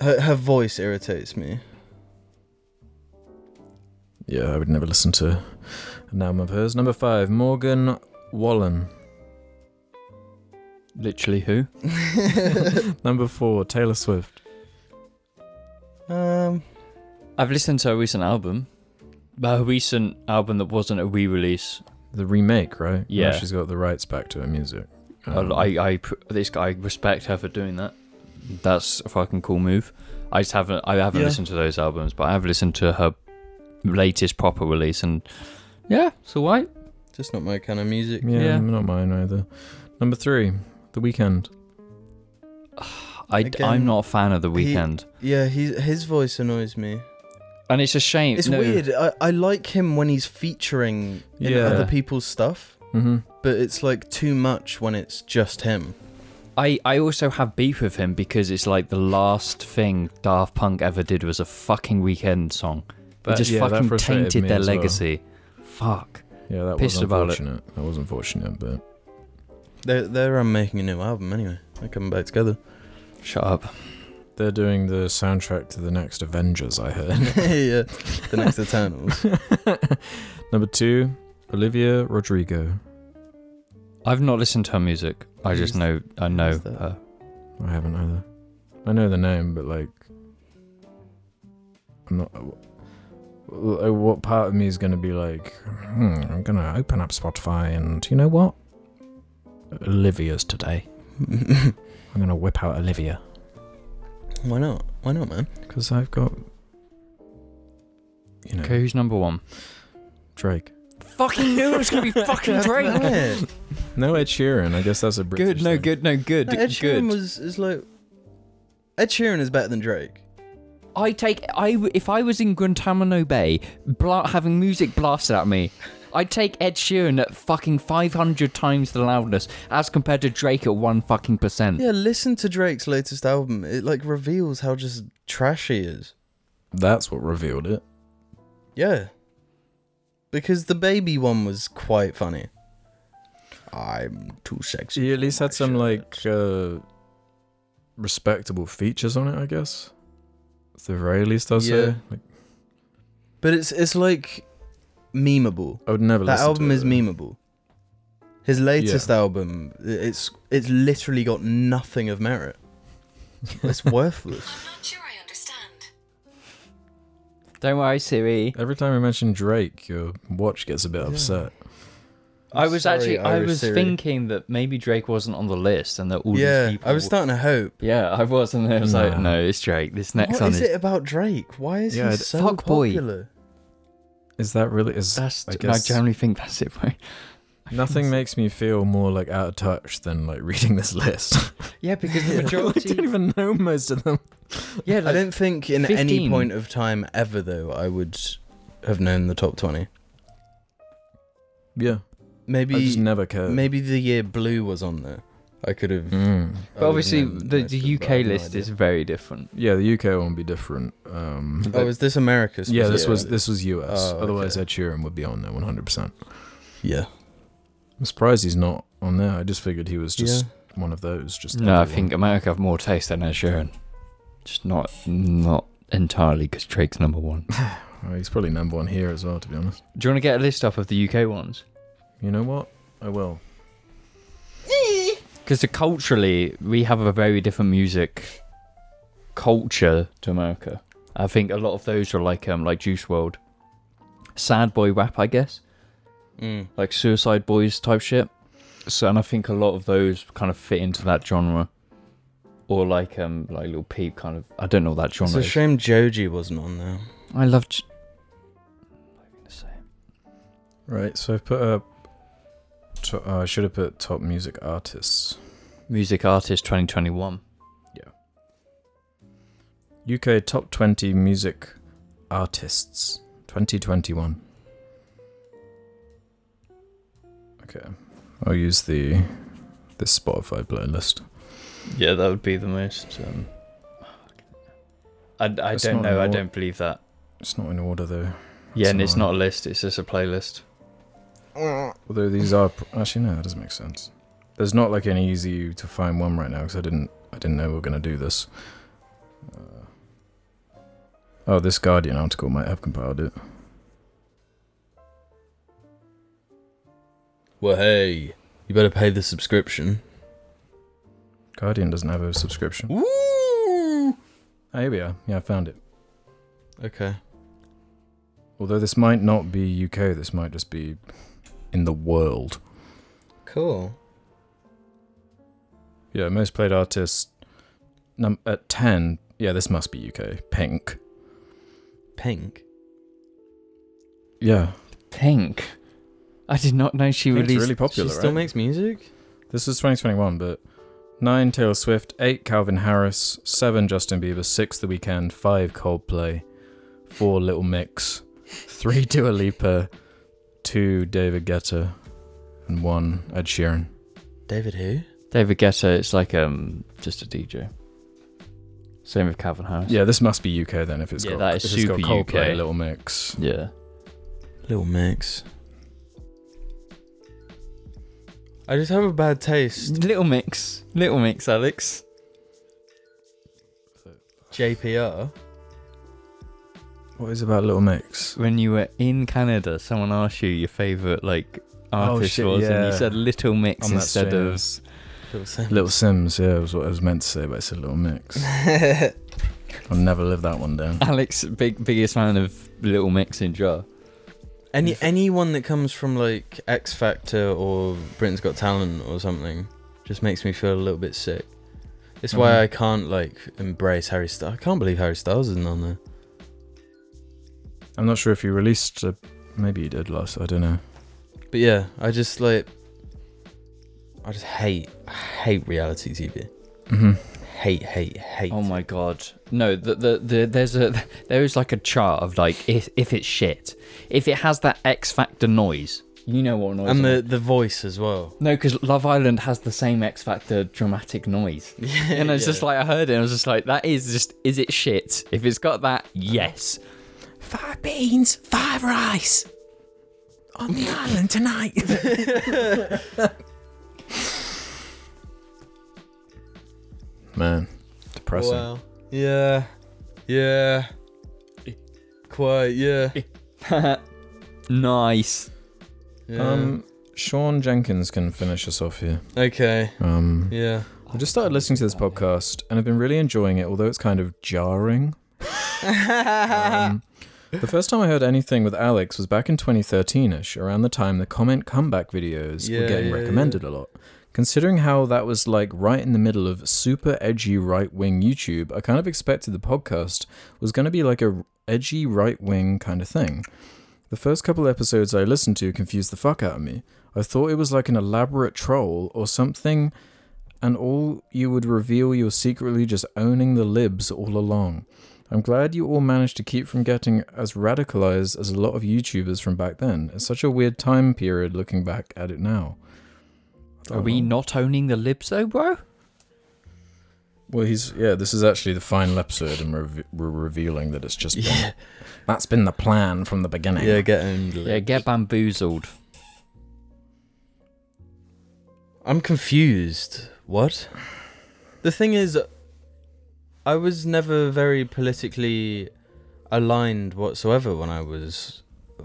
Speaker 4: her her voice irritates
Speaker 2: *laughs*
Speaker 4: me.
Speaker 2: Yeah, I would never listen to an album of hers. Number five, Morgan Wallen.
Speaker 1: Literally who?
Speaker 2: Number four, Taylor Swift.
Speaker 4: um,
Speaker 1: I've listened to her recent album. But her recent album that wasn't a re-release.
Speaker 2: The remake, right?
Speaker 1: Yeah.
Speaker 2: Now she's got the rights back to her music. Um,
Speaker 1: I, uh, I, I pr- this guy I respect her for doing that. That's a fucking cool move. I just haven't I haven't
Speaker 4: Yeah.
Speaker 1: listened to those albums, but I have listened to her latest proper release and yeah, it's alright.
Speaker 4: just not my kind of music.
Speaker 2: yeah,
Speaker 1: yeah.
Speaker 2: not mine either. Number three, The Weeknd.
Speaker 1: I
Speaker 4: Again,
Speaker 1: am not a fan of the
Speaker 4: he-
Speaker 1: weekend,
Speaker 4: Yeah, he his voice annoys me.
Speaker 1: and it's a shame.
Speaker 4: It's
Speaker 1: no,
Speaker 4: weird. I, I like him when he's featuring in
Speaker 2: Yeah.
Speaker 4: other people's stuff,
Speaker 2: Mm-hmm.
Speaker 4: but it's like too much when it's just him.
Speaker 1: I, I also have beef with him because it's like the last thing Daft Punk ever did was a fucking weekend song.
Speaker 2: That-
Speaker 1: it just
Speaker 2: yeah, that
Speaker 1: fucking
Speaker 2: frustrated
Speaker 1: tainted
Speaker 2: me
Speaker 1: their
Speaker 2: as well.
Speaker 1: legacy. Fuck.
Speaker 2: Yeah, that was
Speaker 1: Pissed about it.
Speaker 2: unfortunate. That was unfortunate, but
Speaker 4: They're, they're um, making a new album anyway. They're coming
Speaker 2: *laughs*
Speaker 4: back together. *laughs*
Speaker 1: Shut up.
Speaker 2: they're doing the soundtrack to the next Avengers. I heard. *laughs*
Speaker 4: yeah, the next Eternals. *laughs*
Speaker 2: Number two, Olivia Rodrigo.
Speaker 1: I've not listened to her music. I just
Speaker 4: Who's-
Speaker 1: know I know
Speaker 4: who's that?
Speaker 1: her.
Speaker 2: I haven't either. I know the name, but like, I'm not. uh, What part of me is going to be like, hmm, I'm going to open up Spotify and you know what? Olivia's today. I'm going to whip out Olivia
Speaker 4: Why not? Why not, man?
Speaker 2: because I've got, you know,
Speaker 1: Okay, who's number one?
Speaker 2: Drake.
Speaker 1: Fucking knew it was gonna be *laughs*
Speaker 2: *laughs*
Speaker 1: fucking Drake.
Speaker 4: Yeah.
Speaker 2: No Ed Sheeran. I guess that's a British
Speaker 1: good, no,
Speaker 2: thing.
Speaker 1: good, no, good,
Speaker 4: Ed Sheeran
Speaker 1: good.
Speaker 4: was is like Ed Sheeran is better than Drake.
Speaker 1: I take I w- if I was in Guantanamo Bay, bla- having music blasted at me, I'd take Ed Sheeran at fucking 500 times the loudness as compared to Drake at one fucking percent.
Speaker 4: Yeah, listen to Drake's latest album. It like reveals how just trash he is.
Speaker 2: That's what revealed it.
Speaker 4: Yeah. Because the baby one was quite funny. I'm too sexy.
Speaker 2: He at least
Speaker 4: for my
Speaker 2: had some
Speaker 4: shirt.
Speaker 2: like uh, respectable features on it, I guess. At the very least, I'll
Speaker 4: Yeah.
Speaker 2: say. Like,
Speaker 4: But it's it's like memeable.
Speaker 2: I would never.
Speaker 4: that
Speaker 2: listen
Speaker 4: album
Speaker 2: to it,
Speaker 4: is
Speaker 2: though.
Speaker 4: memeable. His latest album, i- it's it's literally got nothing of merit. It's *laughs* worthless.
Speaker 3: I'm not sure I understand.
Speaker 1: Don't worry, Siri.
Speaker 2: *laughs* Every time we mention Drake, your watch gets a bit upset.
Speaker 1: I was
Speaker 4: Sorry,
Speaker 1: actually I
Speaker 4: Irish
Speaker 1: was
Speaker 4: Siri.
Speaker 1: thinking that maybe Drake wasn't on the list and that all
Speaker 4: yeah,
Speaker 1: these people.
Speaker 4: I was starting to hope.
Speaker 1: yeah, I was, and then I was like,
Speaker 2: Nah.
Speaker 1: no, it's Drake. This next
Speaker 4: What
Speaker 1: one
Speaker 4: is
Speaker 1: is.
Speaker 4: it about Drake? Why is
Speaker 2: Yeah,
Speaker 4: he
Speaker 2: I'd-
Speaker 4: so
Speaker 1: Fuck boy.
Speaker 4: popular?
Speaker 2: Is that really? Is
Speaker 1: That's
Speaker 2: I
Speaker 1: I,
Speaker 2: guess
Speaker 1: generally think that's it. right?
Speaker 2: *laughs* nothing makes me feel more like out of touch than like reading this list. *laughs*
Speaker 1: Yeah, because *laughs* the
Speaker 2: I don't
Speaker 1: majority.
Speaker 2: even know most of them.
Speaker 1: yeah,
Speaker 4: I
Speaker 1: like,
Speaker 4: don't think in any
Speaker 1: 15.
Speaker 4: point of time ever though I would have known the top twenty.
Speaker 2: Yeah, I just
Speaker 4: Maybe
Speaker 2: never cared.
Speaker 4: maybe the year Blue was on there. I could have.
Speaker 2: Mm.
Speaker 4: I would
Speaker 1: but
Speaker 4: have
Speaker 1: obviously
Speaker 4: known
Speaker 1: the,
Speaker 4: most of
Speaker 1: the
Speaker 4: them, but I
Speaker 1: UK
Speaker 4: had no
Speaker 1: list
Speaker 4: idea.
Speaker 1: is very different.
Speaker 2: Yeah, the UK one would be different. Um,
Speaker 4: Oh, is this America?
Speaker 2: yeah, this was
Speaker 4: specifically?
Speaker 2: this was US.
Speaker 4: Oh,
Speaker 2: Otherwise,
Speaker 4: okay.
Speaker 2: Ed Sheeran would be on there 100. percent
Speaker 4: Yeah.
Speaker 2: I'm surprised he's not on there. I just figured he was just
Speaker 4: yeah.
Speaker 2: one of those. Just
Speaker 1: No, I
Speaker 2: everyone.
Speaker 1: think America have more taste than Ed Sheeran. Just not not entirely because Drake's number one.
Speaker 2: Well, Uh, he's probably number one here as well. To be honest,
Speaker 1: *laughs* Do you want to get a list up of the UK ones?
Speaker 2: you know what? I will.
Speaker 1: Because culturally, we have a very different music culture to America. I think a lot of those are like um like Juice World, sad boy rap, I guess,
Speaker 4: Mm.
Speaker 1: like Suicide Boys type shit. So, and I think a lot of those kind of fit into that genre, or like um like Little Peep kind of. I don't know what that genre.
Speaker 4: It's a
Speaker 1: is.
Speaker 4: shame Joji wasn't on there.
Speaker 1: I love. J- I'm not even gonna say it.
Speaker 2: Right, so I've put up. To, uh, I should have put top music artists.
Speaker 1: Music Artist 2021.
Speaker 2: UK top 20 music artists 2021. Okay, I'll use the this Spotify playlist.
Speaker 1: Yeah, that would be the most. Um, I, I
Speaker 2: It's
Speaker 1: don't
Speaker 2: not
Speaker 1: know. I
Speaker 2: an or-
Speaker 1: don't believe that.
Speaker 2: It's not in order though.
Speaker 1: Yeah,
Speaker 2: It's
Speaker 1: and it's
Speaker 2: not-
Speaker 1: not a list. It's just a playlist.
Speaker 2: Although these are pr- actually no, that doesn't make sense. There's not like an easy to find one right now because I didn't I didn't know we were gonna do this. Uh, oh, this Guardian article might have compiled it.
Speaker 4: Well, hey, you better pay the subscription.
Speaker 2: Guardian doesn't have a subscription.
Speaker 4: Woo!
Speaker 2: Ah, here we are. Yeah, I found it.
Speaker 4: Okay.
Speaker 2: Although this might not be UK, this might just be in the world.
Speaker 4: Cool.
Speaker 2: Yeah, most played artist num- at 10. Yeah, this must be UK. Pink.
Speaker 4: Pink.
Speaker 2: Yeah.
Speaker 1: Pink. I did not know she
Speaker 2: Pink's
Speaker 1: released.
Speaker 2: really popular,
Speaker 4: she
Speaker 2: right?
Speaker 4: still makes music.
Speaker 2: this was 2021, but 9 Taylor Swift, 8 Calvin Harris, 7 Justin Bieber, 6 The Weeknd, 5 Coldplay, 4 Little Mix, 3 Dua Lipa, 2 David Guetta, and 1 Ed Sheeran.
Speaker 4: David who?
Speaker 1: David Guetta, it's like um just a DJ. Same with Calvin Harris.
Speaker 2: Yeah, this must be UK then if it's
Speaker 1: Yeah,
Speaker 2: got
Speaker 1: that is
Speaker 2: if it's got
Speaker 1: super
Speaker 2: Coldplay,
Speaker 1: UK.
Speaker 2: Little Mix.
Speaker 1: Yeah.
Speaker 4: Little Mix. I just have a bad taste.
Speaker 1: Little Mix. Little Mix, Alex.
Speaker 4: JPR.
Speaker 2: What is about Little Mix?
Speaker 1: When you were in Canada, someone asked you your favourite like
Speaker 2: Oh,
Speaker 1: artist
Speaker 2: shit,
Speaker 1: was and
Speaker 2: yeah.
Speaker 1: you said Little Mix
Speaker 2: On that
Speaker 1: instead
Speaker 2: stream.
Speaker 1: of
Speaker 4: Little Sims.
Speaker 2: Little Sims, yeah, was what I was meant to say, but I said
Speaker 1: *laughs*
Speaker 2: Little Mix. I'll never live that one down.
Speaker 1: Alex big biggest fan of Little Mix in jar.
Speaker 4: Any anyone that comes from like X Factor or Britain's Got Talent or something just makes me feel a little bit sick. It's why
Speaker 1: Mm-hmm.
Speaker 2: Mhm.
Speaker 4: I can't like embrace Harry Styles. I can't believe Harry Styles isn't on there.
Speaker 2: I'm not sure if you released. A, maybe you did last. I don't know.
Speaker 4: But yeah, I just like I just hate I hate reality TV.
Speaker 2: hmm
Speaker 4: Hate, hate, hate.
Speaker 1: Oh my god. No, the, the the there's a there is like a chart of like if if it's shit. If it has that X Factor noise. You know what noise
Speaker 4: and
Speaker 1: I'm
Speaker 4: the the voice as well.
Speaker 1: No, because Love Island has the same X Factor
Speaker 7: *laughs*
Speaker 1: dramatic noise. and it's just like, I heard it and I was just like, that is just, is it shit? If it's got that, yes.
Speaker 7: Five beans, five rice. On the island tonight.
Speaker 2: Man, depressing.
Speaker 4: Wow. Yeah. Yeah. Quite, yeah.
Speaker 1: *laughs* Nice.
Speaker 4: yeah.
Speaker 2: Um, Sean Jenkins can finish us off here.
Speaker 4: okay.
Speaker 2: Um,
Speaker 4: Yeah.
Speaker 2: I just started listening to this podcast and I've been really enjoying it, although it's kind of jarring. Um, the first time I heard anything with Alex was back in 2013 ish, around the time the comment comeback videos were
Speaker 4: Yeah,
Speaker 2: getting
Speaker 4: yeah,
Speaker 2: recommended a lot. Considering how that was like right in the middle of super edgy right wing YouTube, I kind of expected the podcast was going to be like a edgy right wing kind of thing. The first couple episodes I listened to confused the fuck out of me. I thought it was like an elaborate troll or something and all you would reveal you're secretly just owning the libs all along. I'm glad you all managed to keep from getting as radicalized as a lot of YouTubers from back then. It's such a weird time period looking back at it now. Um,
Speaker 1: Are we not owning the libs though, bro?
Speaker 2: Well, he's yeah. This is actually the final episode, and we're, re- we're revealing that it's just been,
Speaker 4: Yeah.
Speaker 2: that's been the plan from the beginning.
Speaker 4: Yeah, getting
Speaker 1: Yeah, get bamboozled.
Speaker 4: I'm confused. What? The thing is, I was never very politically aligned whatsoever when I was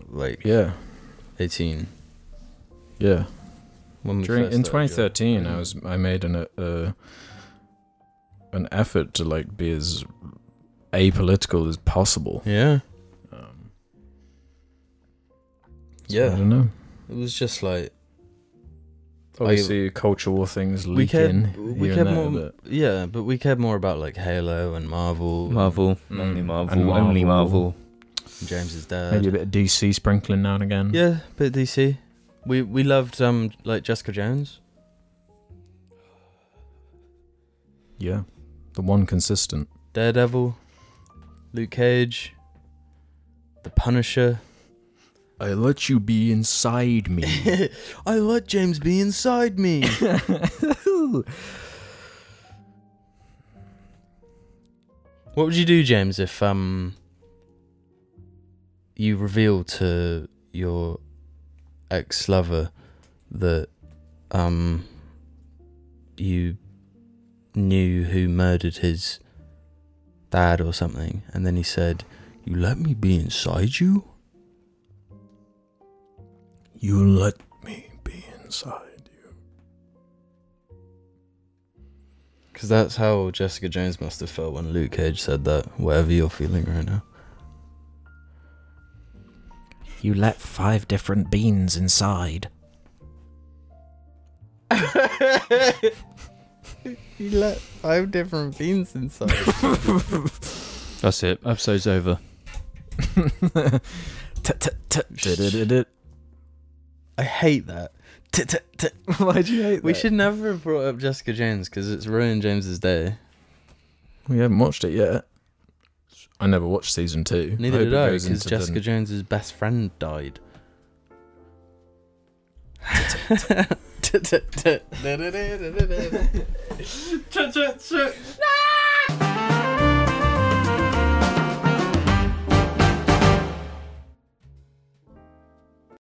Speaker 4: like
Speaker 2: yeah,
Speaker 4: 18.
Speaker 2: yeah.
Speaker 4: When we
Speaker 2: During
Speaker 4: first
Speaker 2: in
Speaker 4: started, yeah.
Speaker 2: 2013, I was I made an uh, an effort to like be as apolitical as possible.
Speaker 4: Yeah.
Speaker 2: Um, so I
Speaker 4: Yeah.
Speaker 2: don't know.
Speaker 4: It was just like
Speaker 2: Obviously, cultural things leak
Speaker 4: we cared.
Speaker 2: in.
Speaker 4: we
Speaker 2: here
Speaker 4: cared
Speaker 2: and
Speaker 4: more.
Speaker 2: there,
Speaker 4: Yeah, but we cared more about like Halo and Marvel.
Speaker 1: Marvel.
Speaker 2: Mm.
Speaker 1: Only Marvel.
Speaker 2: And
Speaker 1: Only
Speaker 2: Marvel.
Speaker 1: Marvel.
Speaker 4: and James's
Speaker 2: but
Speaker 4: dad.
Speaker 2: maybe a bit of DC sprinkling now and again.
Speaker 4: uh, Yeah, bit DC. We we loved um like Jessica Jones.
Speaker 2: yeah. The one consistent.
Speaker 4: Daredevil, Luke Cage, The Punisher.
Speaker 2: I let you be inside me.
Speaker 4: *laughs* *laughs* I let James be inside me.
Speaker 1: *laughs*
Speaker 4: what would you do, James, if um you reveal to your ex lover that um you knew who murdered his dad or something, and then he said, You let me be inside you?
Speaker 2: you let me be inside.
Speaker 4: Because that's how Jessica Jones must have felt when Luke Cage said that, whatever you're feeling right now.
Speaker 7: You let five different beans inside.
Speaker 4: *laughs* you let five different beans inside.
Speaker 1: *laughs* That's it. Episode's
Speaker 2: *laughs*
Speaker 1: over.
Speaker 4: *laughs* I hate that.
Speaker 2: Why'd you hate
Speaker 4: We should never have brought up Jessica Jones because it's ruined James's day.
Speaker 2: We haven't watched it yet. I never watched season two.
Speaker 4: Neither
Speaker 2: hope
Speaker 4: did
Speaker 2: it
Speaker 4: I
Speaker 2: goes
Speaker 4: because
Speaker 2: into the- *laughs*
Speaker 4: Jessica *laughs* Jones's best friend died. Chut, chut, chut.